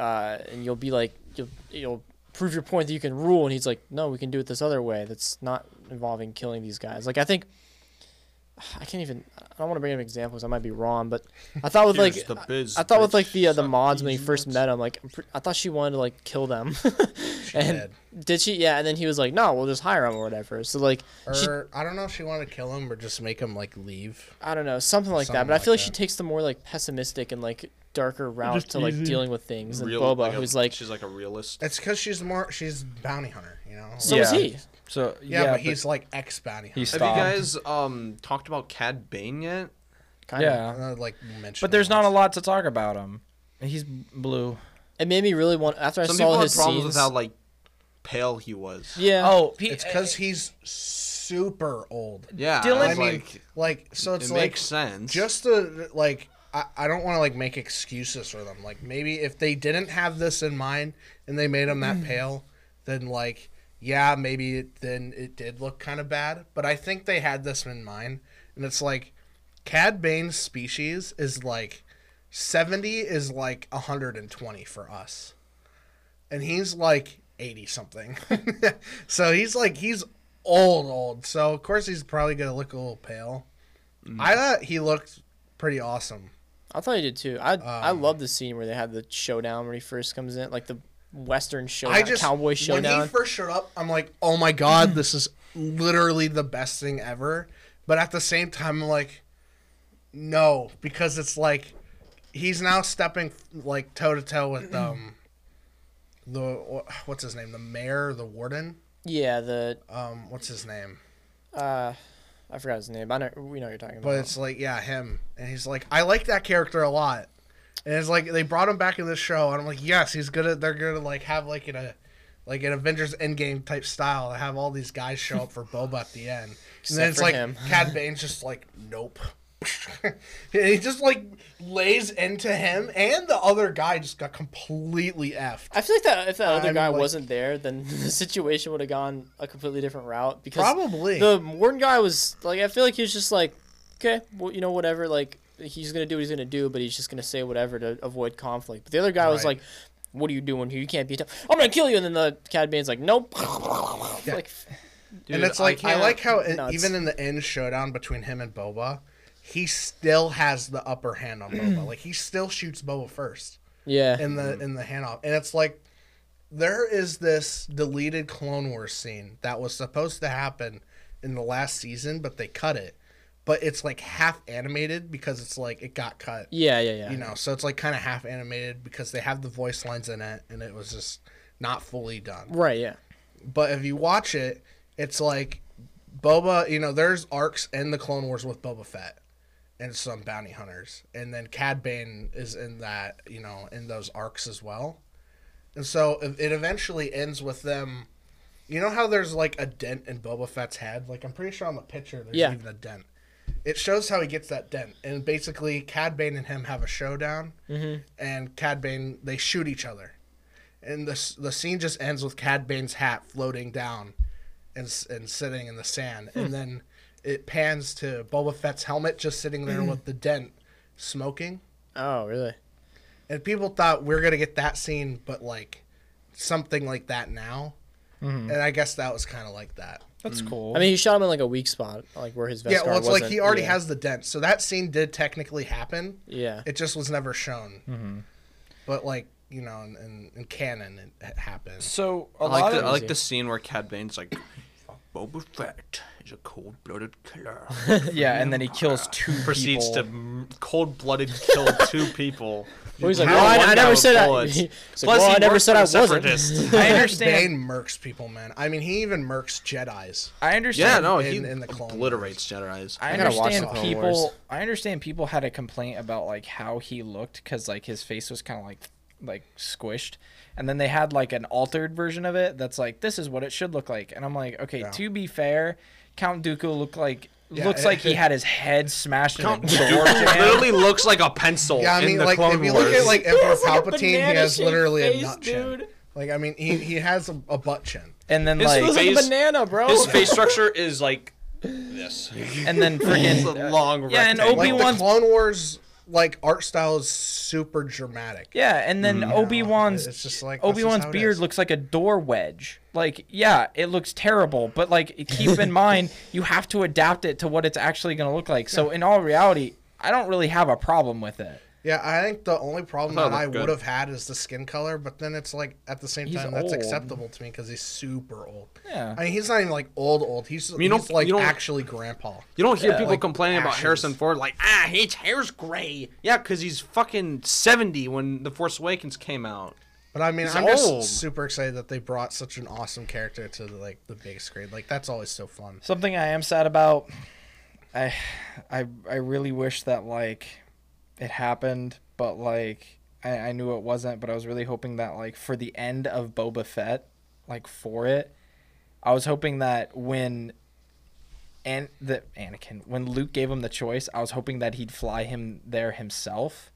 [SPEAKER 1] uh and you'll be like you'll you'll prove your point that you can rule and he's like no we can do it this other way that's not involving killing these guys like I think. I can't even. I don't want to bring up examples. I might be wrong, but I thought with like
[SPEAKER 4] Here's the biz,
[SPEAKER 1] I thought with like
[SPEAKER 4] bitch.
[SPEAKER 1] the uh, the
[SPEAKER 4] Suck
[SPEAKER 1] mods when he
[SPEAKER 4] these
[SPEAKER 1] first
[SPEAKER 4] nuts.
[SPEAKER 1] met him, like I'm pre- I thought she wanted to like kill them,
[SPEAKER 2] She
[SPEAKER 1] and
[SPEAKER 2] did.
[SPEAKER 1] did she? Yeah, and then he was like, "No, we'll just hire him or whatever." So like, she,
[SPEAKER 2] Or I don't know if she wanted to kill him or just make him like leave.
[SPEAKER 1] I don't know, something like that.
[SPEAKER 2] Something
[SPEAKER 1] But I feel
[SPEAKER 2] like
[SPEAKER 1] like she
[SPEAKER 2] that.
[SPEAKER 1] takes the more like pessimistic and like darker route to like dealing with things than
[SPEAKER 4] Real-
[SPEAKER 1] Boba,
[SPEAKER 4] like a-
[SPEAKER 1] who's like,
[SPEAKER 4] she's like a realist.
[SPEAKER 2] It's because she's more she's bounty hunter, you know.
[SPEAKER 1] so
[SPEAKER 2] Like,
[SPEAKER 1] is
[SPEAKER 3] Yeah.
[SPEAKER 1] he.
[SPEAKER 3] So
[SPEAKER 2] yeah,
[SPEAKER 3] yeah,
[SPEAKER 2] but he's like ex bounty hunter.
[SPEAKER 3] he's
[SPEAKER 4] Have
[SPEAKER 3] stopped.
[SPEAKER 4] you guys um talked about Cad Bane yet?
[SPEAKER 1] Kind
[SPEAKER 3] yeah.
[SPEAKER 2] Uh, like mentioned.
[SPEAKER 3] But there's not a
[SPEAKER 2] once.
[SPEAKER 3] lot to talk about him.
[SPEAKER 6] He's blue.
[SPEAKER 1] It made me really want after I
[SPEAKER 4] Some people
[SPEAKER 1] saw
[SPEAKER 4] had
[SPEAKER 1] his
[SPEAKER 4] problems
[SPEAKER 1] scenes.
[SPEAKER 4] with how like pale he was.
[SPEAKER 1] yeah.
[SPEAKER 6] Oh, P-
[SPEAKER 2] It's because he's super old.
[SPEAKER 4] Yeah,
[SPEAKER 6] Dylan-
[SPEAKER 2] I
[SPEAKER 4] I
[SPEAKER 2] mean,
[SPEAKER 4] like
[SPEAKER 2] like, so it's
[SPEAKER 4] it
[SPEAKER 2] like
[SPEAKER 4] makes sense.
[SPEAKER 2] just to like I, I don't want to like make excuses for them. Like maybe if they didn't have this in mind and they made them that pale, then like yeah, maybe it, then it did look kind of bad. But I think they had this in mind, and it's like Cad Bane's species is like seventy is like hundred and twenty for us, and he's like eighty something. so he's like he's old old. So of course he's probably gonna look a little pale. I thought he looked pretty awesome.
[SPEAKER 1] I thought he did too. I I
[SPEAKER 2] Um.
[SPEAKER 1] love the scene where they had the showdown when he first comes in, like the western showdown,
[SPEAKER 2] I just
[SPEAKER 1] cowboy
[SPEAKER 2] When he
[SPEAKER 1] showdown.
[SPEAKER 2] first showed up, I'm like, oh my god, this is literally the best thing ever. But at the same time, I'm like, no, because it's like he's now stepping like toe to toe with um the what's his name, the mayor, the warden.
[SPEAKER 1] yeah, the
[SPEAKER 2] Um, what's his name?
[SPEAKER 1] uh, I forgot his name. I know we know what you're talking about.
[SPEAKER 2] But it's like, yeah, him. And he's like, I like that character a lot. And it's like they brought him back in this show, and I'm like, yes, he's gonna. They're gonna like have like in a, like an Avengers Endgame type style to have all these guys show up for Boba at the end. and then it's
[SPEAKER 1] for
[SPEAKER 2] like
[SPEAKER 1] him.
[SPEAKER 2] Cad Bane's just like, nope. and he just like lays into him, and the other guy just got completely effed.
[SPEAKER 1] I feel like that if that other
[SPEAKER 2] I'm
[SPEAKER 1] guy
[SPEAKER 2] like-
[SPEAKER 1] wasn't there, then the situation would have gone a completely different route. Because
[SPEAKER 2] Probably.
[SPEAKER 1] the Warden guy was like, I feel like he was just like, okay, well, you know, whatever. Like he's gonna do what he's gonna do, but he's just gonna say whatever to avoid conflict. But the other guy was
[SPEAKER 2] Right.
[SPEAKER 1] like, what are you doing here? You can't be. i am I'm gonna kill you. And then the Cad Bane's like, nope. Like
[SPEAKER 4] Dude,
[SPEAKER 2] and it's like I,
[SPEAKER 4] can't-
[SPEAKER 2] like how in,
[SPEAKER 1] nuts.
[SPEAKER 2] even in the end showdown between him and Boba, he still has the upper hand on Boba. like he still shoots Boba first
[SPEAKER 1] yeah.
[SPEAKER 2] in the in the handoff, and it's like there is this deleted Clone Wars scene that was supposed to happen in the last season, but they cut it. But it's like half animated because it's like it got cut
[SPEAKER 1] yeah, yeah, yeah.
[SPEAKER 2] you know so it's like kind of half animated because they have the voice lines in it and it was just not fully done
[SPEAKER 1] Right, yeah.
[SPEAKER 2] but if you watch it it's like boba you know there's arcs in the clone wars with boba fett and some bounty hunters and then cad bane is in that you know in those arcs as well and so it it eventually ends with them you know how there's like a dent in boba fett's head like i'm pretty sure on the picture there's
[SPEAKER 1] Yeah.
[SPEAKER 2] even a dent it shows how he gets that dent, and basically Cad Bane and him have a showdown, and Cad Bane they shoot each other, and the s- the scene just ends with Cad Bane's hat floating down, and s- and sitting in the sand, and then it pans to Boba Fett's helmet just sitting there with the dent, smoking,
[SPEAKER 1] Oh, really?
[SPEAKER 2] and people thought we're gonna get that scene, but like something like that now, and I guess that was kind of like that.
[SPEAKER 6] that's
[SPEAKER 3] Hmm.
[SPEAKER 6] cool.
[SPEAKER 1] I mean, he shot him in like a weak spot, like where his vest
[SPEAKER 2] yeah, well, it's
[SPEAKER 1] was
[SPEAKER 2] like he already has the dent, so that scene did technically happen.
[SPEAKER 1] Yeah.
[SPEAKER 2] It just was never shown. But like you know, in, in, in canon, it h- happened.
[SPEAKER 6] so a
[SPEAKER 4] I like
[SPEAKER 6] lot
[SPEAKER 4] the,
[SPEAKER 6] of
[SPEAKER 4] I like
[SPEAKER 1] easy.
[SPEAKER 4] the scene where Cad Bane's like, Boba Fett is a cold-blooded killer.
[SPEAKER 6] yeah, and then he kills two
[SPEAKER 4] Proceeds
[SPEAKER 6] people.
[SPEAKER 4] to m- cold-blooded kill two people.
[SPEAKER 1] Well, he's like,
[SPEAKER 4] How
[SPEAKER 1] well, I,
[SPEAKER 4] one
[SPEAKER 1] I
[SPEAKER 4] guy
[SPEAKER 1] never
[SPEAKER 4] with
[SPEAKER 1] said I.
[SPEAKER 4] bullets.
[SPEAKER 1] He's like,
[SPEAKER 4] Plus,
[SPEAKER 1] well,
[SPEAKER 4] he
[SPEAKER 1] I never
[SPEAKER 4] works
[SPEAKER 1] said
[SPEAKER 4] for
[SPEAKER 1] I
[SPEAKER 4] a
[SPEAKER 1] wasn't.
[SPEAKER 4] separatist.
[SPEAKER 6] I understand.
[SPEAKER 2] Bane murks people, man. I mean, he even murks Jedi's.
[SPEAKER 6] I understand.
[SPEAKER 4] yeah, no,
[SPEAKER 2] in-
[SPEAKER 4] he
[SPEAKER 2] in the Clone
[SPEAKER 4] obliterates Jedi's.
[SPEAKER 6] I
[SPEAKER 1] I gotta watch
[SPEAKER 6] understand
[SPEAKER 1] the Clone Wars.
[SPEAKER 6] people. I understand people had a complaint about like how he looked because like his face was kind of like like squished, and then they had like an altered version of it that's like this is what it should look like, and I'm like, okay, to be fair, Count Dooku looked like
[SPEAKER 2] Yeah,
[SPEAKER 6] looks
[SPEAKER 2] it-
[SPEAKER 6] like he had his head smashed in a
[SPEAKER 4] Count
[SPEAKER 6] door
[SPEAKER 4] Dooku
[SPEAKER 6] jam.
[SPEAKER 4] literally looks like a pencil
[SPEAKER 2] Yeah, I
[SPEAKER 4] in
[SPEAKER 2] mean,
[SPEAKER 4] the
[SPEAKER 2] like
[SPEAKER 4] Clone
[SPEAKER 2] if you
[SPEAKER 4] Wars.
[SPEAKER 2] look at like Emperor
[SPEAKER 1] like, a
[SPEAKER 2] Palpatine, he has
[SPEAKER 1] banana-shaped
[SPEAKER 2] literally
[SPEAKER 1] face,
[SPEAKER 2] a nut chin.
[SPEAKER 1] dude.
[SPEAKER 2] Like I mean, he, he has a, a butt chin.
[SPEAKER 6] and then
[SPEAKER 4] His
[SPEAKER 6] like
[SPEAKER 4] face-
[SPEAKER 1] Like a banana, bro.
[SPEAKER 4] his face structure is like this.
[SPEAKER 6] and then
[SPEAKER 4] It's
[SPEAKER 6] friggin'
[SPEAKER 4] a long
[SPEAKER 6] yeah, and
[SPEAKER 4] rectangle.
[SPEAKER 2] Like
[SPEAKER 6] Obi-Wan's-
[SPEAKER 2] the Clone Wars, like art style is super dramatic.
[SPEAKER 6] Yeah, and then Obi Wan's
[SPEAKER 2] it's just like, this is
[SPEAKER 6] Obi Wan's
[SPEAKER 2] how it
[SPEAKER 6] beard
[SPEAKER 2] is.
[SPEAKER 6] looks like a door wedge. Like, yeah, it looks terrible, but like, keep in mind you have to adapt it to what it's actually going to look like. So, in all reality, I don't really have a problem with it.
[SPEAKER 2] Yeah, I think the only problem
[SPEAKER 4] I thought
[SPEAKER 2] that
[SPEAKER 4] it
[SPEAKER 2] I
[SPEAKER 4] looked good.
[SPEAKER 2] would have had is the skin color, but then it's like at the same
[SPEAKER 6] He's
[SPEAKER 2] time
[SPEAKER 6] old.
[SPEAKER 2] that's acceptable to me because he's super old.
[SPEAKER 6] Yeah.
[SPEAKER 2] I mean he's not even like old old. He's,
[SPEAKER 4] you don't-
[SPEAKER 2] he's like
[SPEAKER 4] you don't-
[SPEAKER 2] actually grandpa.
[SPEAKER 4] You don't hear
[SPEAKER 6] Yeah,
[SPEAKER 4] people
[SPEAKER 2] like
[SPEAKER 4] complaining about
[SPEAKER 2] ashes.
[SPEAKER 4] Harrison Ford like, ah, his hair's gray. Yeah, because he's fucking 70 when The Force Awakens came out.
[SPEAKER 2] But I mean
[SPEAKER 4] He's
[SPEAKER 2] I'm
[SPEAKER 4] old.
[SPEAKER 2] just super excited that they brought such an awesome character to the, like the big screen. Like that's always so fun.
[SPEAKER 6] Something I am sad about. I, I, I really wish that like, it happened, but like,
[SPEAKER 3] I, I knew it wasn't, but I was really hoping that like for the end of Boba Fett, like for it, I was hoping that when and the Anakin when Luke gave him the choice, I was hoping that he'd fly him there himself,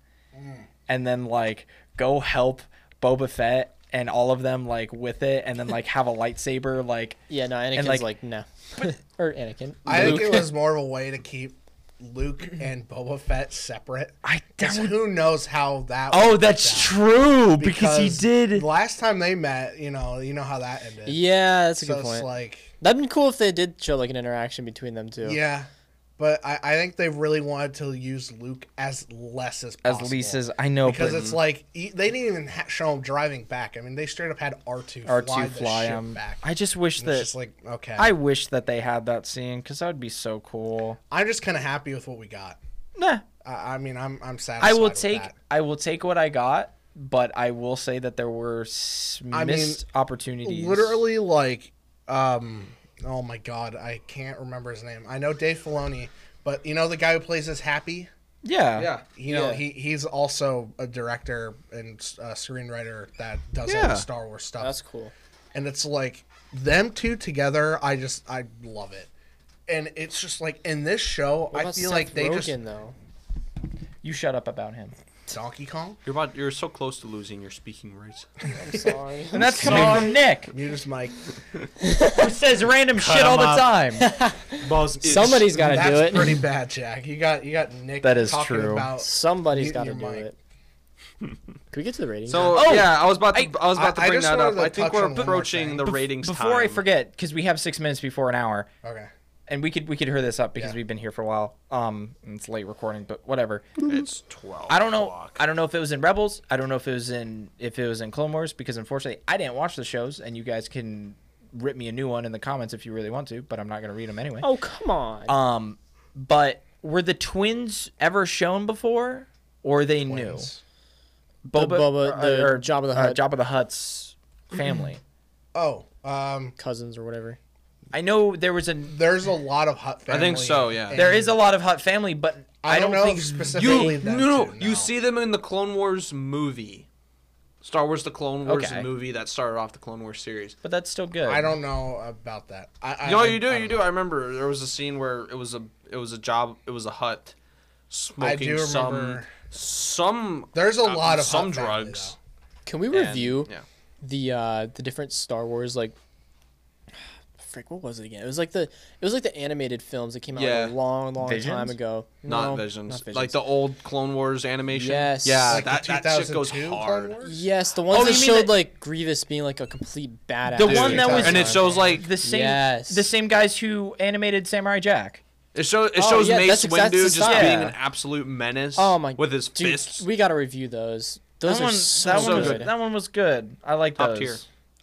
[SPEAKER 3] and then like go help Boba Fett and all of them like with it, and then like have a lightsaber like
[SPEAKER 1] Yeah, no, Anakin's
[SPEAKER 3] like-
[SPEAKER 1] like, no. or Anakin.
[SPEAKER 2] I think it was more of a way to keep Luke and Boba Fett separate.
[SPEAKER 3] I
[SPEAKER 2] 'Cause
[SPEAKER 3] don't.
[SPEAKER 2] who knows how that? would
[SPEAKER 3] Oh,
[SPEAKER 2] work
[SPEAKER 3] that's
[SPEAKER 2] out.
[SPEAKER 3] true because, he did.
[SPEAKER 2] the Last time they met, you know, you know how that ended.
[SPEAKER 1] Yeah, that's a
[SPEAKER 2] so
[SPEAKER 1] good
[SPEAKER 2] it's
[SPEAKER 1] point.
[SPEAKER 2] like,
[SPEAKER 1] That'd been cool if they did show like an interaction between them two.
[SPEAKER 2] yeah, but I, I think they really wanted to use Luke as less as
[SPEAKER 3] As
[SPEAKER 2] possible.
[SPEAKER 3] Lisa's, I know,
[SPEAKER 2] because
[SPEAKER 3] but
[SPEAKER 2] it's like he- they didn't even ha- show him driving back. I mean, they straight up had R two
[SPEAKER 3] R
[SPEAKER 2] fly, the
[SPEAKER 3] two fly
[SPEAKER 2] ship
[SPEAKER 3] him.
[SPEAKER 2] back.
[SPEAKER 3] I just wish
[SPEAKER 2] And it's
[SPEAKER 3] that
[SPEAKER 2] just like okay.
[SPEAKER 3] I wish that they had that scene because that would be so cool.
[SPEAKER 2] I'm just kind of happy with what we got.
[SPEAKER 3] Nah,
[SPEAKER 2] I, I mean, I'm I'm satisfied.
[SPEAKER 3] I will
[SPEAKER 2] with
[SPEAKER 3] take
[SPEAKER 2] that.
[SPEAKER 3] I will take what I got, but I will say that there were s-
[SPEAKER 2] I mean,
[SPEAKER 3] missed opportunities.
[SPEAKER 2] literally like, um, oh my god, I can't remember his name. I know Dave Filoni, but you know the guy who plays as Happy.
[SPEAKER 3] yeah,
[SPEAKER 4] Yeah.
[SPEAKER 2] You know
[SPEAKER 1] Yeah.
[SPEAKER 2] he he's also a director and uh, screenwriter that does all
[SPEAKER 4] Yeah.
[SPEAKER 2] the Star Wars stuff.
[SPEAKER 1] That's cool.
[SPEAKER 2] and it's like them two together. I just I love it. And it's just like in this show,
[SPEAKER 1] What
[SPEAKER 2] I
[SPEAKER 1] about
[SPEAKER 2] feel
[SPEAKER 1] Seth
[SPEAKER 2] like they
[SPEAKER 1] Rogen,
[SPEAKER 2] just
[SPEAKER 1] though.
[SPEAKER 3] You shut up about him,
[SPEAKER 2] Donkey Kong.
[SPEAKER 4] You're about. You're so close to losing your speaking rights.
[SPEAKER 1] I'm sorry.
[SPEAKER 3] and that's coming from Nick,
[SPEAKER 2] Mute his mic.
[SPEAKER 3] who says random shit all the time.
[SPEAKER 4] Boss,
[SPEAKER 1] Somebody's got to do
[SPEAKER 2] That's
[SPEAKER 1] it.
[SPEAKER 2] pretty bad, Jack. You got you got Nick.
[SPEAKER 3] That is
[SPEAKER 2] talking
[SPEAKER 3] true.
[SPEAKER 2] About,
[SPEAKER 1] Somebody's
[SPEAKER 2] Mute
[SPEAKER 1] got to
[SPEAKER 2] your
[SPEAKER 1] do
[SPEAKER 2] mic.
[SPEAKER 1] it. Can we get to the ratings?
[SPEAKER 4] So
[SPEAKER 1] now?
[SPEAKER 3] Oh,
[SPEAKER 4] yeah, I was about to. I, was about
[SPEAKER 2] I-
[SPEAKER 4] to
[SPEAKER 2] I
[SPEAKER 4] bring
[SPEAKER 2] just
[SPEAKER 4] that
[SPEAKER 2] wanted
[SPEAKER 4] up.
[SPEAKER 2] to
[SPEAKER 4] I think
[SPEAKER 2] touch
[SPEAKER 4] we're
[SPEAKER 2] on one more
[SPEAKER 4] approaching
[SPEAKER 2] thing.
[SPEAKER 4] the ratings
[SPEAKER 3] Before I
[SPEAKER 4] time.
[SPEAKER 3] forget, because we have six minutes before an hour,
[SPEAKER 2] okay.
[SPEAKER 3] and we could we could hear this up because
[SPEAKER 2] Yeah.
[SPEAKER 3] we've been here for a while. Um, and it's late recording, but whatever.
[SPEAKER 4] it's twelve.
[SPEAKER 3] I don't know.
[SPEAKER 4] o'clock.
[SPEAKER 3] I don't know if it was in Rebels. I don't know if it was in if it was in Clone Wars because unfortunately I didn't watch the shows, and you guys can rip me a new one in the comments if you really want to, but I'm not gonna read them anyway.
[SPEAKER 1] oh, come on.
[SPEAKER 3] Um, but were the twins ever shown before, or they
[SPEAKER 2] Twins.
[SPEAKER 3] knew
[SPEAKER 1] The Boba- the Jabba the Hutt.
[SPEAKER 3] uh, Jabba the Hutt's family?
[SPEAKER 2] Oh, um,
[SPEAKER 1] Cousins or whatever.
[SPEAKER 3] I know there was a
[SPEAKER 2] there's a lot of Hut
[SPEAKER 4] I
[SPEAKER 2] family.
[SPEAKER 4] think so, yeah.
[SPEAKER 2] and
[SPEAKER 3] there is a lot of Hutt family, but I,
[SPEAKER 2] I don't, know
[SPEAKER 3] think
[SPEAKER 2] specifically.
[SPEAKER 4] You
[SPEAKER 2] them
[SPEAKER 4] no,
[SPEAKER 2] two,
[SPEAKER 4] you see them in the Clone Wars movie, Star Wars: The Clone Wars
[SPEAKER 3] Okay.
[SPEAKER 4] movie that started off the Clone Wars series.
[SPEAKER 3] But that's still good.
[SPEAKER 2] I don't know about that. I, I
[SPEAKER 4] no,
[SPEAKER 2] I-
[SPEAKER 4] you do,
[SPEAKER 2] I
[SPEAKER 4] you
[SPEAKER 2] don't
[SPEAKER 4] do. I remember there was a scene where it was a it was a job, it was a hut,
[SPEAKER 2] I
[SPEAKER 4] smoking
[SPEAKER 2] do
[SPEAKER 4] some
[SPEAKER 2] remember.
[SPEAKER 4] some
[SPEAKER 2] There's a
[SPEAKER 4] uh,
[SPEAKER 2] lot of
[SPEAKER 4] some
[SPEAKER 2] Hutt family,
[SPEAKER 4] drugs.
[SPEAKER 2] though.
[SPEAKER 1] Can we
[SPEAKER 4] and-
[SPEAKER 1] review
[SPEAKER 4] yeah.
[SPEAKER 1] the uh the different Star Wars like frick what was it again? It was like the it was like the animated films that came out like,
[SPEAKER 4] Yeah.
[SPEAKER 1] a long long time
[SPEAKER 3] Visions?
[SPEAKER 1] ago.
[SPEAKER 4] Not,
[SPEAKER 1] No,
[SPEAKER 4] visions.
[SPEAKER 1] not
[SPEAKER 4] like the old Clone Wars animation.
[SPEAKER 1] Yes.
[SPEAKER 4] yeah,
[SPEAKER 1] Like
[SPEAKER 2] the
[SPEAKER 4] that, that shit goes
[SPEAKER 2] 2002 Clone
[SPEAKER 4] hard.
[SPEAKER 2] Wars?
[SPEAKER 1] Yes, the ones
[SPEAKER 3] Oh,
[SPEAKER 1] that
[SPEAKER 3] you mean
[SPEAKER 1] showed
[SPEAKER 3] the-
[SPEAKER 1] like Grievous being like a complete badass.
[SPEAKER 3] The one that was-
[SPEAKER 4] And it shows like
[SPEAKER 3] the same
[SPEAKER 1] Yes.
[SPEAKER 3] the same guys who animated Samurai Jack.
[SPEAKER 4] it shows it
[SPEAKER 1] Oh,
[SPEAKER 4] shows
[SPEAKER 1] yeah,
[SPEAKER 4] Mace
[SPEAKER 1] that's
[SPEAKER 4] Windu
[SPEAKER 1] exact-
[SPEAKER 4] just
[SPEAKER 1] yeah.
[SPEAKER 4] being an absolute menace.
[SPEAKER 1] Oh my
[SPEAKER 4] with his
[SPEAKER 1] dude,
[SPEAKER 4] fists.
[SPEAKER 1] We gotta review those. Those
[SPEAKER 3] That
[SPEAKER 1] are
[SPEAKER 3] one,
[SPEAKER 1] so
[SPEAKER 3] that one was
[SPEAKER 1] good.
[SPEAKER 3] that one was good. I like
[SPEAKER 4] Top
[SPEAKER 3] those.
[SPEAKER 4] tier.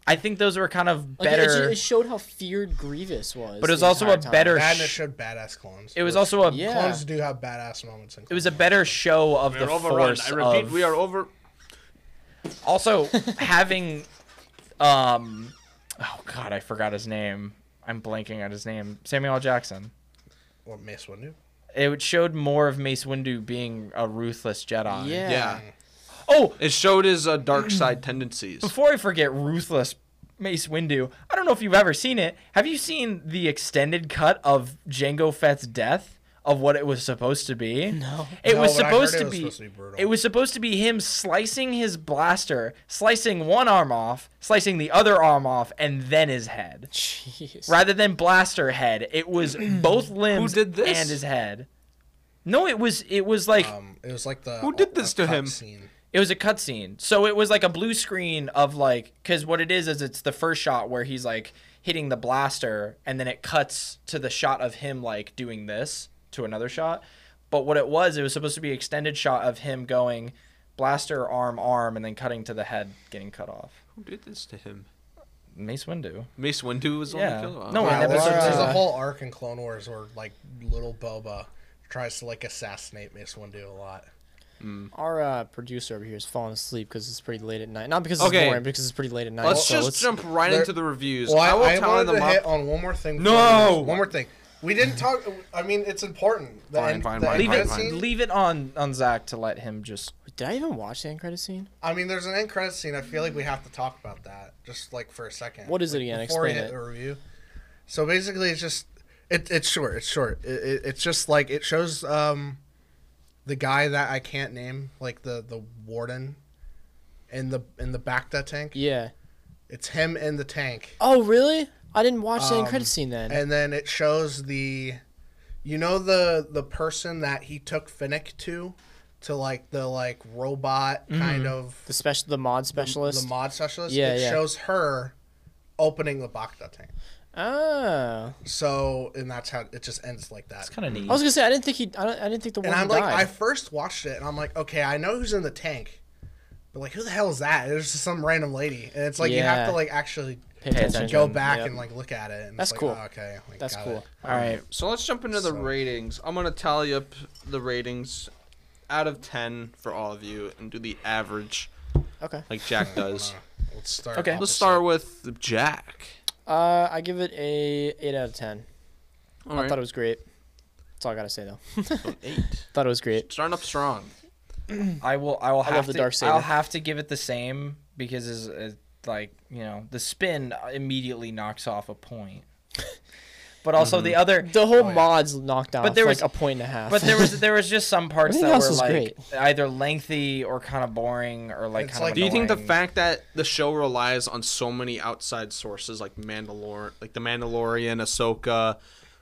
[SPEAKER 3] I think those were kind of
[SPEAKER 1] Like, it- it,
[SPEAKER 3] better,
[SPEAKER 1] ju- it showed how feared Grievous was.
[SPEAKER 3] but it was
[SPEAKER 1] the
[SPEAKER 3] also a
[SPEAKER 1] entire time.
[SPEAKER 3] better.
[SPEAKER 2] Bad and it
[SPEAKER 3] sh-
[SPEAKER 2] showed badass clones.
[SPEAKER 3] it was also a.
[SPEAKER 1] Yeah.
[SPEAKER 2] clones do have badass moments. In
[SPEAKER 3] It was a better show of the force.
[SPEAKER 4] I repeat,
[SPEAKER 3] of-
[SPEAKER 4] we are over.
[SPEAKER 3] also having, um, oh god, I forgot his name. I'm blanking on his name. Samuel L. Jackson.
[SPEAKER 2] Or Mace Windu.
[SPEAKER 3] It showed more of Mace Windu being a ruthless Jedi.
[SPEAKER 1] Yeah.
[SPEAKER 4] Yeah.
[SPEAKER 3] Oh,
[SPEAKER 4] It showed his uh, dark side tendencies.
[SPEAKER 3] before I forget, ruthless Mace Windu. I don't know if you've ever seen it. Have you seen the extended cut of Django Fett's death of what it was supposed to be? No. It
[SPEAKER 2] No,
[SPEAKER 3] was
[SPEAKER 2] but I heard
[SPEAKER 3] supposed
[SPEAKER 2] it
[SPEAKER 3] to
[SPEAKER 2] was
[SPEAKER 3] be.
[SPEAKER 2] supposed to be brutal.
[SPEAKER 3] It was supposed to be him slicing his blaster, slicing one arm off, slicing the other arm off, and then his head.
[SPEAKER 1] Jeez.
[SPEAKER 3] Rather than blaster head, it was both limbs
[SPEAKER 4] did this?
[SPEAKER 3] and his head. No, it was it was like
[SPEAKER 2] Um, it was like the
[SPEAKER 4] Who did this
[SPEAKER 2] a
[SPEAKER 4] to
[SPEAKER 2] cut
[SPEAKER 4] him?
[SPEAKER 2] Scene.
[SPEAKER 3] it was a cutscene. So it was like a blue screen of like, because what it is is it's the first shot where he's like hitting the blaster, and then it cuts to the shot of him like doing this to another shot. But what it was, it was supposed to be an extended shot of him going blaster arm arm, and then cutting to the head getting cut off.
[SPEAKER 4] Who did this to him?
[SPEAKER 3] Mace Windu.
[SPEAKER 4] Mace Windu was the one to
[SPEAKER 3] Yeah.
[SPEAKER 4] kill him.
[SPEAKER 3] No,
[SPEAKER 4] Oh,
[SPEAKER 3] I
[SPEAKER 2] Yeah,
[SPEAKER 3] never
[SPEAKER 2] there's,
[SPEAKER 3] saw
[SPEAKER 2] there's
[SPEAKER 3] that.
[SPEAKER 2] a whole arc in Clone Wars where like little Boba tries to like assassinate Mace Windu a lot.
[SPEAKER 1] Our uh, producer over here is falling asleep because it's pretty late at night. Not because it's
[SPEAKER 4] Okay.
[SPEAKER 1] boring, because it's pretty late at night.
[SPEAKER 4] Let's
[SPEAKER 1] so
[SPEAKER 4] just
[SPEAKER 1] let's,
[SPEAKER 4] jump right
[SPEAKER 2] There-
[SPEAKER 4] into the reviews.
[SPEAKER 2] Well, I,
[SPEAKER 4] will
[SPEAKER 2] I,
[SPEAKER 4] tally
[SPEAKER 2] wanted
[SPEAKER 4] them
[SPEAKER 2] to
[SPEAKER 4] up.
[SPEAKER 2] hit on one more thing. before
[SPEAKER 4] No!
[SPEAKER 2] we- one more thing. We didn't talk. I mean, it's important. The
[SPEAKER 4] Fine,
[SPEAKER 2] end-
[SPEAKER 4] fine,
[SPEAKER 2] the
[SPEAKER 4] fine,
[SPEAKER 2] end
[SPEAKER 3] Leave
[SPEAKER 4] fine,
[SPEAKER 3] it,
[SPEAKER 2] credit
[SPEAKER 4] fine.
[SPEAKER 2] scene-
[SPEAKER 3] leave it on on Zach to let him just.
[SPEAKER 1] Did I even watch the end credit scene?
[SPEAKER 2] I mean, there's an end credit scene. I feel like we have to talk about that just like for a second.
[SPEAKER 1] What is it
[SPEAKER 2] Like,
[SPEAKER 1] again?
[SPEAKER 2] Before we
[SPEAKER 1] Explain
[SPEAKER 2] hit
[SPEAKER 1] it.
[SPEAKER 2] the review. So basically, it's just it, it's short. It's short. It, it, it's just like it shows um the guy that I can't name, like the the warden in the in the Bacta tank.
[SPEAKER 1] Yeah.
[SPEAKER 2] It's him in the tank,
[SPEAKER 1] Oh, really? I didn't watch the end
[SPEAKER 2] Um,
[SPEAKER 1] credit scene then.
[SPEAKER 2] and then it shows the you know the the person that he took Finnick to to like the like robot kind of
[SPEAKER 1] the special, the mod Mm-hmm. specialist.
[SPEAKER 2] the mod specialist.
[SPEAKER 1] Yeah,
[SPEAKER 2] it
[SPEAKER 1] yeah.
[SPEAKER 2] shows her opening the Bacta tank.
[SPEAKER 1] oh,
[SPEAKER 2] So, and that's how it just ends like that.
[SPEAKER 8] It's kind of neat.
[SPEAKER 1] I was gonna say I didn't think he. I, don't, I didn't think the
[SPEAKER 2] and
[SPEAKER 1] one
[SPEAKER 2] I'm
[SPEAKER 1] died.
[SPEAKER 2] like, I first watched it, and I'm like, okay, I know who's in the tank, but like, who the hell is that? It's just some random lady, and it's like you have
[SPEAKER 1] Yeah.
[SPEAKER 2] to like actually
[SPEAKER 1] Pay
[SPEAKER 8] attention.
[SPEAKER 2] go back
[SPEAKER 1] Yep.
[SPEAKER 2] and like look at it. And
[SPEAKER 1] That's
[SPEAKER 2] it's like,
[SPEAKER 1] cool.
[SPEAKER 2] oh, okay, like,
[SPEAKER 1] That's
[SPEAKER 2] got
[SPEAKER 1] cool.
[SPEAKER 2] it.
[SPEAKER 8] All right.
[SPEAKER 4] So let's jump into the
[SPEAKER 2] So-
[SPEAKER 4] ratings. I'm gonna tally up the ratings out of ten for all of you and do the average
[SPEAKER 1] Okay.
[SPEAKER 4] like Jack does.
[SPEAKER 2] Let's start.
[SPEAKER 1] Okay.
[SPEAKER 4] Let's start with Jack.
[SPEAKER 1] Uh, I give it a eight out of ten.
[SPEAKER 4] All
[SPEAKER 1] I
[SPEAKER 4] right,
[SPEAKER 1] thought it was great. That's all I gotta say though.
[SPEAKER 4] an eight.
[SPEAKER 1] Thought it was great.
[SPEAKER 4] Starting up strong.
[SPEAKER 3] I will. I will have
[SPEAKER 1] love the
[SPEAKER 3] to.
[SPEAKER 1] Dark Saber.
[SPEAKER 3] I'll have to give it the same because is like you know the spin immediately knocks off a point. But also the other.
[SPEAKER 1] The
[SPEAKER 2] Oh,
[SPEAKER 1] whole mods knocked off
[SPEAKER 3] But there
[SPEAKER 1] like
[SPEAKER 3] was-
[SPEAKER 1] a point and a half.
[SPEAKER 3] But there was there was just some parts
[SPEAKER 1] Everything
[SPEAKER 3] that
[SPEAKER 1] else
[SPEAKER 3] were
[SPEAKER 1] was
[SPEAKER 3] like
[SPEAKER 1] great.
[SPEAKER 3] either lengthy or kind of boring or like
[SPEAKER 2] It's
[SPEAKER 3] kind
[SPEAKER 2] like-
[SPEAKER 3] of.
[SPEAKER 4] Do you think the
[SPEAKER 3] annoying.
[SPEAKER 4] fact that the show relies on so many outside sources like Mandalor, like the Mandalorian, Ahsoka,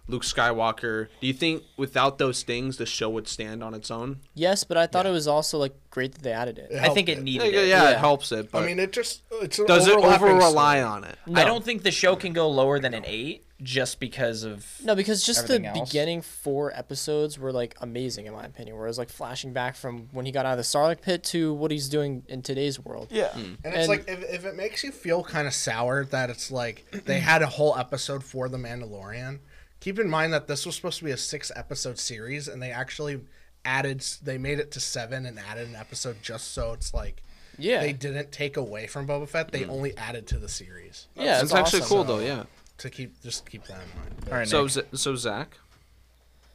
[SPEAKER 4] Luke Skywalker, do you think without those things the show would stand on its own?
[SPEAKER 1] yes, but I thought it was also like great that they added it.
[SPEAKER 3] I think
[SPEAKER 2] helped
[SPEAKER 3] it
[SPEAKER 2] it.
[SPEAKER 4] Yeah,
[SPEAKER 3] needed.
[SPEAKER 4] yeah,
[SPEAKER 3] it.
[SPEAKER 4] yeah,
[SPEAKER 1] Yeah.
[SPEAKER 4] it helps it. But
[SPEAKER 2] I mean, it just it's an
[SPEAKER 4] does it over
[SPEAKER 2] overlapping
[SPEAKER 4] rely
[SPEAKER 2] story.
[SPEAKER 4] on it?
[SPEAKER 3] I
[SPEAKER 1] No.
[SPEAKER 3] don't think the show can go lower than an eight just because of.
[SPEAKER 1] No, because just the
[SPEAKER 3] Everything else?
[SPEAKER 1] beginning four episodes were like amazing in my opinion. Where it was like flashing back from when he got out of the Sarlacc pit to what he's doing in today's world.
[SPEAKER 2] Yeah, and it's
[SPEAKER 1] And-
[SPEAKER 2] like if, if it makes you feel kind of sour that it's like they had a whole episode for the Mandalorian. Keep in mind that this was supposed to be a six episode series, and they actually added s- they made it to seven and added an episode just so it's like
[SPEAKER 1] Yeah,
[SPEAKER 2] they didn't take away from Boba Fett.
[SPEAKER 4] Mm.
[SPEAKER 2] They only added to the series
[SPEAKER 1] yeah,
[SPEAKER 4] it's actually
[SPEAKER 1] awesome.
[SPEAKER 4] cool though. Yeah.
[SPEAKER 2] to keep just keep that in mind.
[SPEAKER 3] All right,
[SPEAKER 4] So
[SPEAKER 3] Nick,
[SPEAKER 4] Z- so Zach.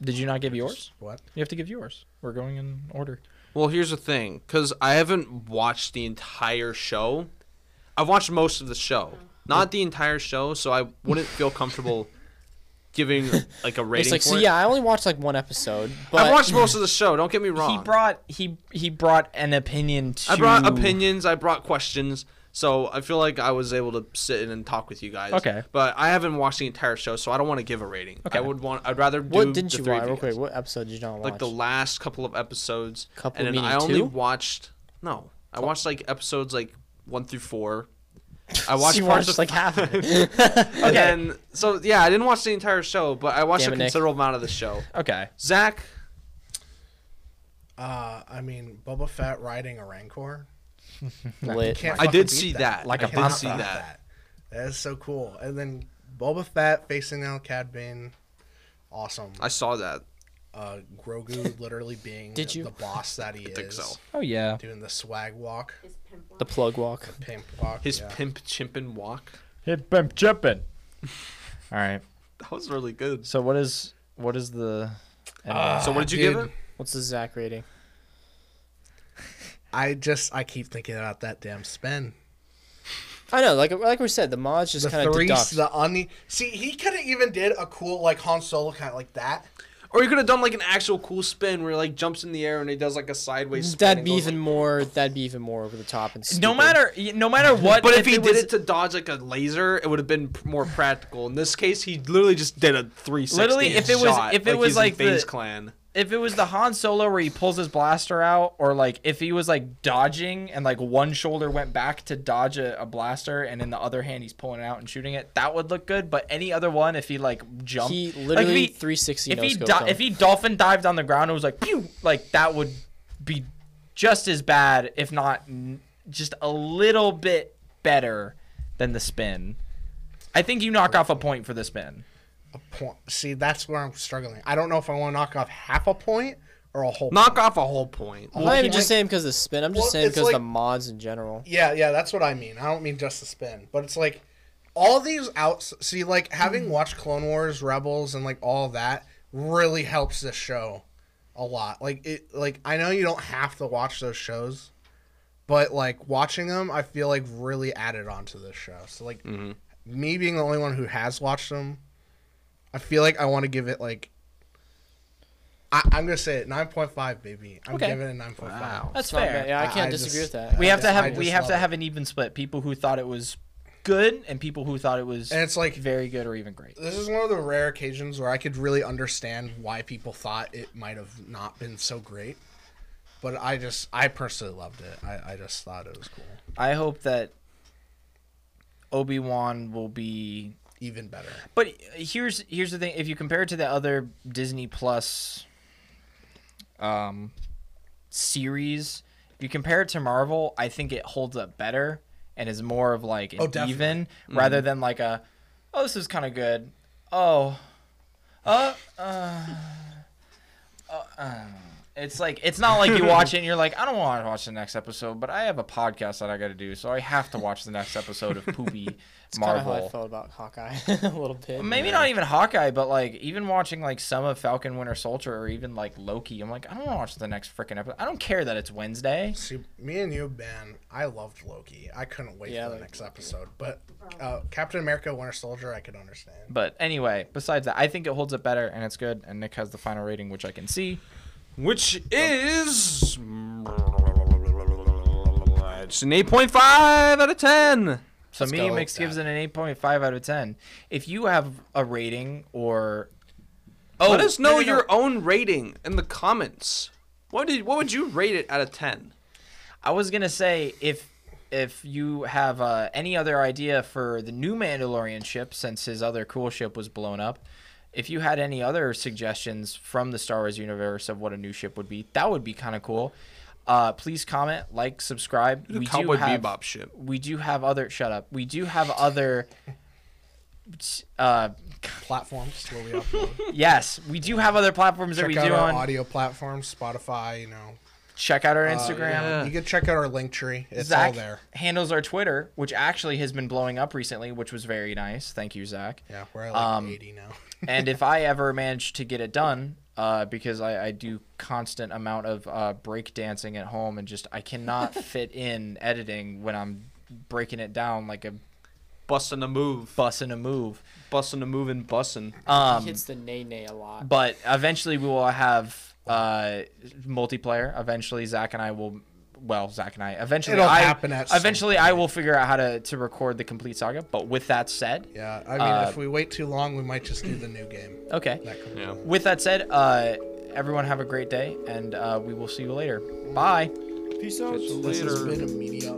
[SPEAKER 3] did you not give yours?
[SPEAKER 2] What?
[SPEAKER 3] You have to give yours. We're going in order.
[SPEAKER 4] Well, here's the thing, because I haven't watched the entire show. I've watched most of the show, not the entire show, so I wouldn't feel comfortable giving like a
[SPEAKER 1] It's
[SPEAKER 4] rating.
[SPEAKER 1] like
[SPEAKER 4] for
[SPEAKER 1] so.
[SPEAKER 4] it.
[SPEAKER 1] Yeah, I only watched like one episode, but
[SPEAKER 4] I watched most of the show. Don't get me wrong.
[SPEAKER 3] He brought he he brought an opinion to.
[SPEAKER 4] I brought opinions. I brought questions. So I feel like I was able to sit in and talk with you guys.
[SPEAKER 3] Okay.
[SPEAKER 4] But I haven't watched the entire show, so I don't want to give a rating.
[SPEAKER 3] Okay.
[SPEAKER 4] I would want. I'd rather do.
[SPEAKER 1] What didn't
[SPEAKER 4] the
[SPEAKER 1] you
[SPEAKER 4] three
[SPEAKER 1] watch?
[SPEAKER 4] of
[SPEAKER 1] Real quick,
[SPEAKER 4] guys.
[SPEAKER 1] what episode did you not watch?
[SPEAKER 4] Like the last couple of episodes.
[SPEAKER 1] Couple
[SPEAKER 4] and then
[SPEAKER 1] meaning
[SPEAKER 4] I only
[SPEAKER 1] two?
[SPEAKER 4] watched. No, I watched like episodes like one through four. I watched
[SPEAKER 1] you
[SPEAKER 4] parts
[SPEAKER 1] watched
[SPEAKER 4] of
[SPEAKER 1] like half of it.
[SPEAKER 4] And then, so yeah, I didn't watch the entire show, but I watched
[SPEAKER 1] Damn
[SPEAKER 4] a
[SPEAKER 1] it, Nick.
[SPEAKER 4] considerable amount of the show.
[SPEAKER 3] Okay.
[SPEAKER 4] Zach,
[SPEAKER 2] Uh, I mean, Boba Fett riding a Rancor.
[SPEAKER 1] Lit.
[SPEAKER 2] Can't
[SPEAKER 4] I
[SPEAKER 2] fucking
[SPEAKER 4] did
[SPEAKER 2] beat
[SPEAKER 4] see that.
[SPEAKER 3] Like
[SPEAKER 4] I
[SPEAKER 3] a
[SPEAKER 4] did
[SPEAKER 2] cannot
[SPEAKER 4] see
[SPEAKER 2] beat
[SPEAKER 4] that.
[SPEAKER 2] That is so cool. And then Boba Fett facing down Cad Bane, awesome.
[SPEAKER 4] I saw that.
[SPEAKER 2] Uh, Grogu literally being
[SPEAKER 1] Did you?
[SPEAKER 2] the boss that he is,
[SPEAKER 4] think so.
[SPEAKER 3] Oh yeah.
[SPEAKER 2] doing the swag walk,
[SPEAKER 7] His pimp
[SPEAKER 1] The plug walk.
[SPEAKER 2] pimp walk.
[SPEAKER 4] His
[SPEAKER 2] yeah.
[SPEAKER 4] pimp chimpin walk.
[SPEAKER 3] Hip bump jumping. All right.
[SPEAKER 4] That was really good.
[SPEAKER 3] So what is what is the? Ah,
[SPEAKER 4] so what did you give
[SPEAKER 2] dude.
[SPEAKER 4] it?
[SPEAKER 1] What's the Zach rating?
[SPEAKER 2] I just I keep thinking about that damn spin.
[SPEAKER 1] I know, like like we said, the mods just
[SPEAKER 2] The
[SPEAKER 1] kind of
[SPEAKER 2] three,
[SPEAKER 1] deduct.
[SPEAKER 2] the onion. See, he could have even did a cool like Han Solo kind of like that.
[SPEAKER 4] Or you could have done like an actual cool spin where he like jumps in the air and he does like a sideways spin.
[SPEAKER 1] that'd
[SPEAKER 4] and
[SPEAKER 1] be
[SPEAKER 4] goes
[SPEAKER 1] even
[SPEAKER 4] like-
[SPEAKER 1] more. That'd be even more over the top and stupid.
[SPEAKER 3] No matter no matter what.
[SPEAKER 4] But if, he did
[SPEAKER 3] was-
[SPEAKER 4] it to dodge like a laser, it would have been p- more practical. In this case, he literally just did a 360
[SPEAKER 3] Literally, if it was-
[SPEAKER 4] shot,
[SPEAKER 3] if it was
[SPEAKER 4] he's
[SPEAKER 3] like the-
[SPEAKER 4] in Phase Clan.
[SPEAKER 3] if it was the Han Solo where he pulls his blaster out, or like if he was like dodging and like one shoulder went back to dodge a, a blaster, and in the other hand he's pulling it out and shooting it, that would look good. But any other one, if he like jumped,
[SPEAKER 1] he
[SPEAKER 3] like
[SPEAKER 1] literally
[SPEAKER 3] if he,
[SPEAKER 1] 360
[SPEAKER 3] if
[SPEAKER 1] no
[SPEAKER 3] he
[SPEAKER 1] scope.
[SPEAKER 3] di- if he dolphin dived on the ground and was like pew, like that would be just as bad, if not n- just a little bit better than the spin. I think you knock off a point for the spin.
[SPEAKER 2] A point. See, that's where I'm struggling. I don't know if I want to knock off half a point or a whole.
[SPEAKER 4] Knock
[SPEAKER 2] point.
[SPEAKER 4] off a whole point.
[SPEAKER 1] I'm
[SPEAKER 2] Well,
[SPEAKER 1] not even
[SPEAKER 2] he
[SPEAKER 1] just
[SPEAKER 2] might-
[SPEAKER 1] saying because the spin. I'm just
[SPEAKER 2] Well,
[SPEAKER 1] saying
[SPEAKER 2] it's
[SPEAKER 1] because the
[SPEAKER 2] like-
[SPEAKER 1] mods in general.
[SPEAKER 2] Yeah, yeah, that's what I mean. I don't mean just the spin, but it's like all these outs see like having watched clone wars rebels and like all that really helps this show a lot like it like i know you don't have to watch those shows but like watching them i feel like really added on to this show so like me being the only one who has watched them i feel like i want to give it like I, i'm gonna say it 9.5 baby i'm
[SPEAKER 3] Okay.
[SPEAKER 2] giving it 9.5
[SPEAKER 3] That's
[SPEAKER 1] It's not
[SPEAKER 3] fair.
[SPEAKER 1] bad. Yeah, I
[SPEAKER 2] I-
[SPEAKER 1] can't
[SPEAKER 2] I
[SPEAKER 1] disagree
[SPEAKER 2] just-
[SPEAKER 1] with that.
[SPEAKER 3] We have to
[SPEAKER 2] just- I
[SPEAKER 3] have we
[SPEAKER 2] just
[SPEAKER 3] have
[SPEAKER 2] love
[SPEAKER 3] to
[SPEAKER 2] it.
[SPEAKER 3] have an even split. People who thought it was good and people who thought it was
[SPEAKER 2] and it's like
[SPEAKER 3] very good or even great.
[SPEAKER 2] this is one of the rare occasions where I could really understand why people thought it might have not been so great. But I just, I personally loved it. I, I just thought it was cool.
[SPEAKER 3] I hope that Obi Wan will be
[SPEAKER 2] Even better.
[SPEAKER 3] But here's here's the thing: if you compare it to the other Disney Plus um, series, if you compare it to Marvel, I think it holds up better and is more of like an
[SPEAKER 2] Oh, definitely.
[SPEAKER 3] even
[SPEAKER 1] Mm-hmm.
[SPEAKER 3] rather than like a oh this is kind of good oh uh uh. uh, uh." It's like it's not like you watch it and you're like I don't want to watch the next episode, but I have a podcast that I got to do, so I have to watch the next episode of Poopy
[SPEAKER 1] Kind of
[SPEAKER 3] Marvel.
[SPEAKER 1] how I felt about Hawkeye a little bit.
[SPEAKER 3] Maybe not even Hawkeye, but like even watching like some of Falcon Winter Soldier or even like Loki, I'm like, I don't want to watch the next freaking episode. I don't care that it's Wednesday.
[SPEAKER 2] See, me and you, Ben, I loved Loki. I couldn't wait
[SPEAKER 1] Yeah,
[SPEAKER 2] for the
[SPEAKER 1] like-
[SPEAKER 2] next episode. But uh, Captain America Winter Soldier, I could understand.
[SPEAKER 3] But anyway, besides that, I think it holds up better and it's good. And Nick has the final rating, which I can see.
[SPEAKER 4] which is it's an 8.5 out of 10.
[SPEAKER 3] So
[SPEAKER 2] Let's
[SPEAKER 3] Media
[SPEAKER 2] go
[SPEAKER 3] Mix
[SPEAKER 2] with
[SPEAKER 3] gives it
[SPEAKER 2] that.
[SPEAKER 3] an 8.5 out of 10. If you have a rating or
[SPEAKER 4] Oh, Let us know
[SPEAKER 3] no, no, no.
[SPEAKER 4] your own rating in the comments. What did what would you rate it out of 10?
[SPEAKER 3] I was gonna say if if you have uh, any other idea for the new Mandalorian ship, since his other cool ship was blown up, if you had any other suggestions from the Star Wars universe of what a new ship would be, that would be kind of cool. Uh, please comment, like, subscribe.
[SPEAKER 4] The Cowboy
[SPEAKER 3] have,
[SPEAKER 4] Bebop ship.
[SPEAKER 3] We do have other. Shut up. We do have other. Uh,
[SPEAKER 2] Platforms where we upload.
[SPEAKER 3] yes, we do have other platforms that
[SPEAKER 2] check
[SPEAKER 3] we
[SPEAKER 2] out
[SPEAKER 3] do
[SPEAKER 2] our
[SPEAKER 3] on.
[SPEAKER 2] audio platforms, Spotify, you know.
[SPEAKER 3] Check out our
[SPEAKER 2] Uh,
[SPEAKER 3] Instagram.
[SPEAKER 4] yeah.
[SPEAKER 2] You can check out our link tree. It's all
[SPEAKER 3] Zach
[SPEAKER 2] there.
[SPEAKER 3] handles our Twitter, which actually has been blowing up recently, which was very nice. Thank you, Zach.
[SPEAKER 2] Yeah, we're at like
[SPEAKER 3] Um,
[SPEAKER 2] 80 now.
[SPEAKER 3] and if I ever manage to get it done, uh, because I, I do constant amount of uh, break dancing at home and just I cannot fit in editing when I'm breaking it down like a
[SPEAKER 4] Bussin' a move.
[SPEAKER 3] bus in a move.
[SPEAKER 4] Bussin' a move and bussin'.
[SPEAKER 1] He
[SPEAKER 3] Um,
[SPEAKER 1] hits the nay nay a lot.
[SPEAKER 3] but eventually we will have uh, multiplayer. Eventually, Zach and I will. Well, Zach and I eventually.
[SPEAKER 2] It'll
[SPEAKER 3] I,
[SPEAKER 2] happen at some
[SPEAKER 3] Eventually, I will figure out how to to record the complete saga. But with that said,
[SPEAKER 2] Yeah, I mean,
[SPEAKER 3] uh,
[SPEAKER 2] if we wait too long, we might just do the new game.
[SPEAKER 3] okay.
[SPEAKER 2] That could
[SPEAKER 4] Yeah.
[SPEAKER 3] With that said, uh, everyone have a great day, and uh, we will see you later. Bye.
[SPEAKER 4] Catch you
[SPEAKER 2] This has
[SPEAKER 4] later.
[SPEAKER 2] been a media.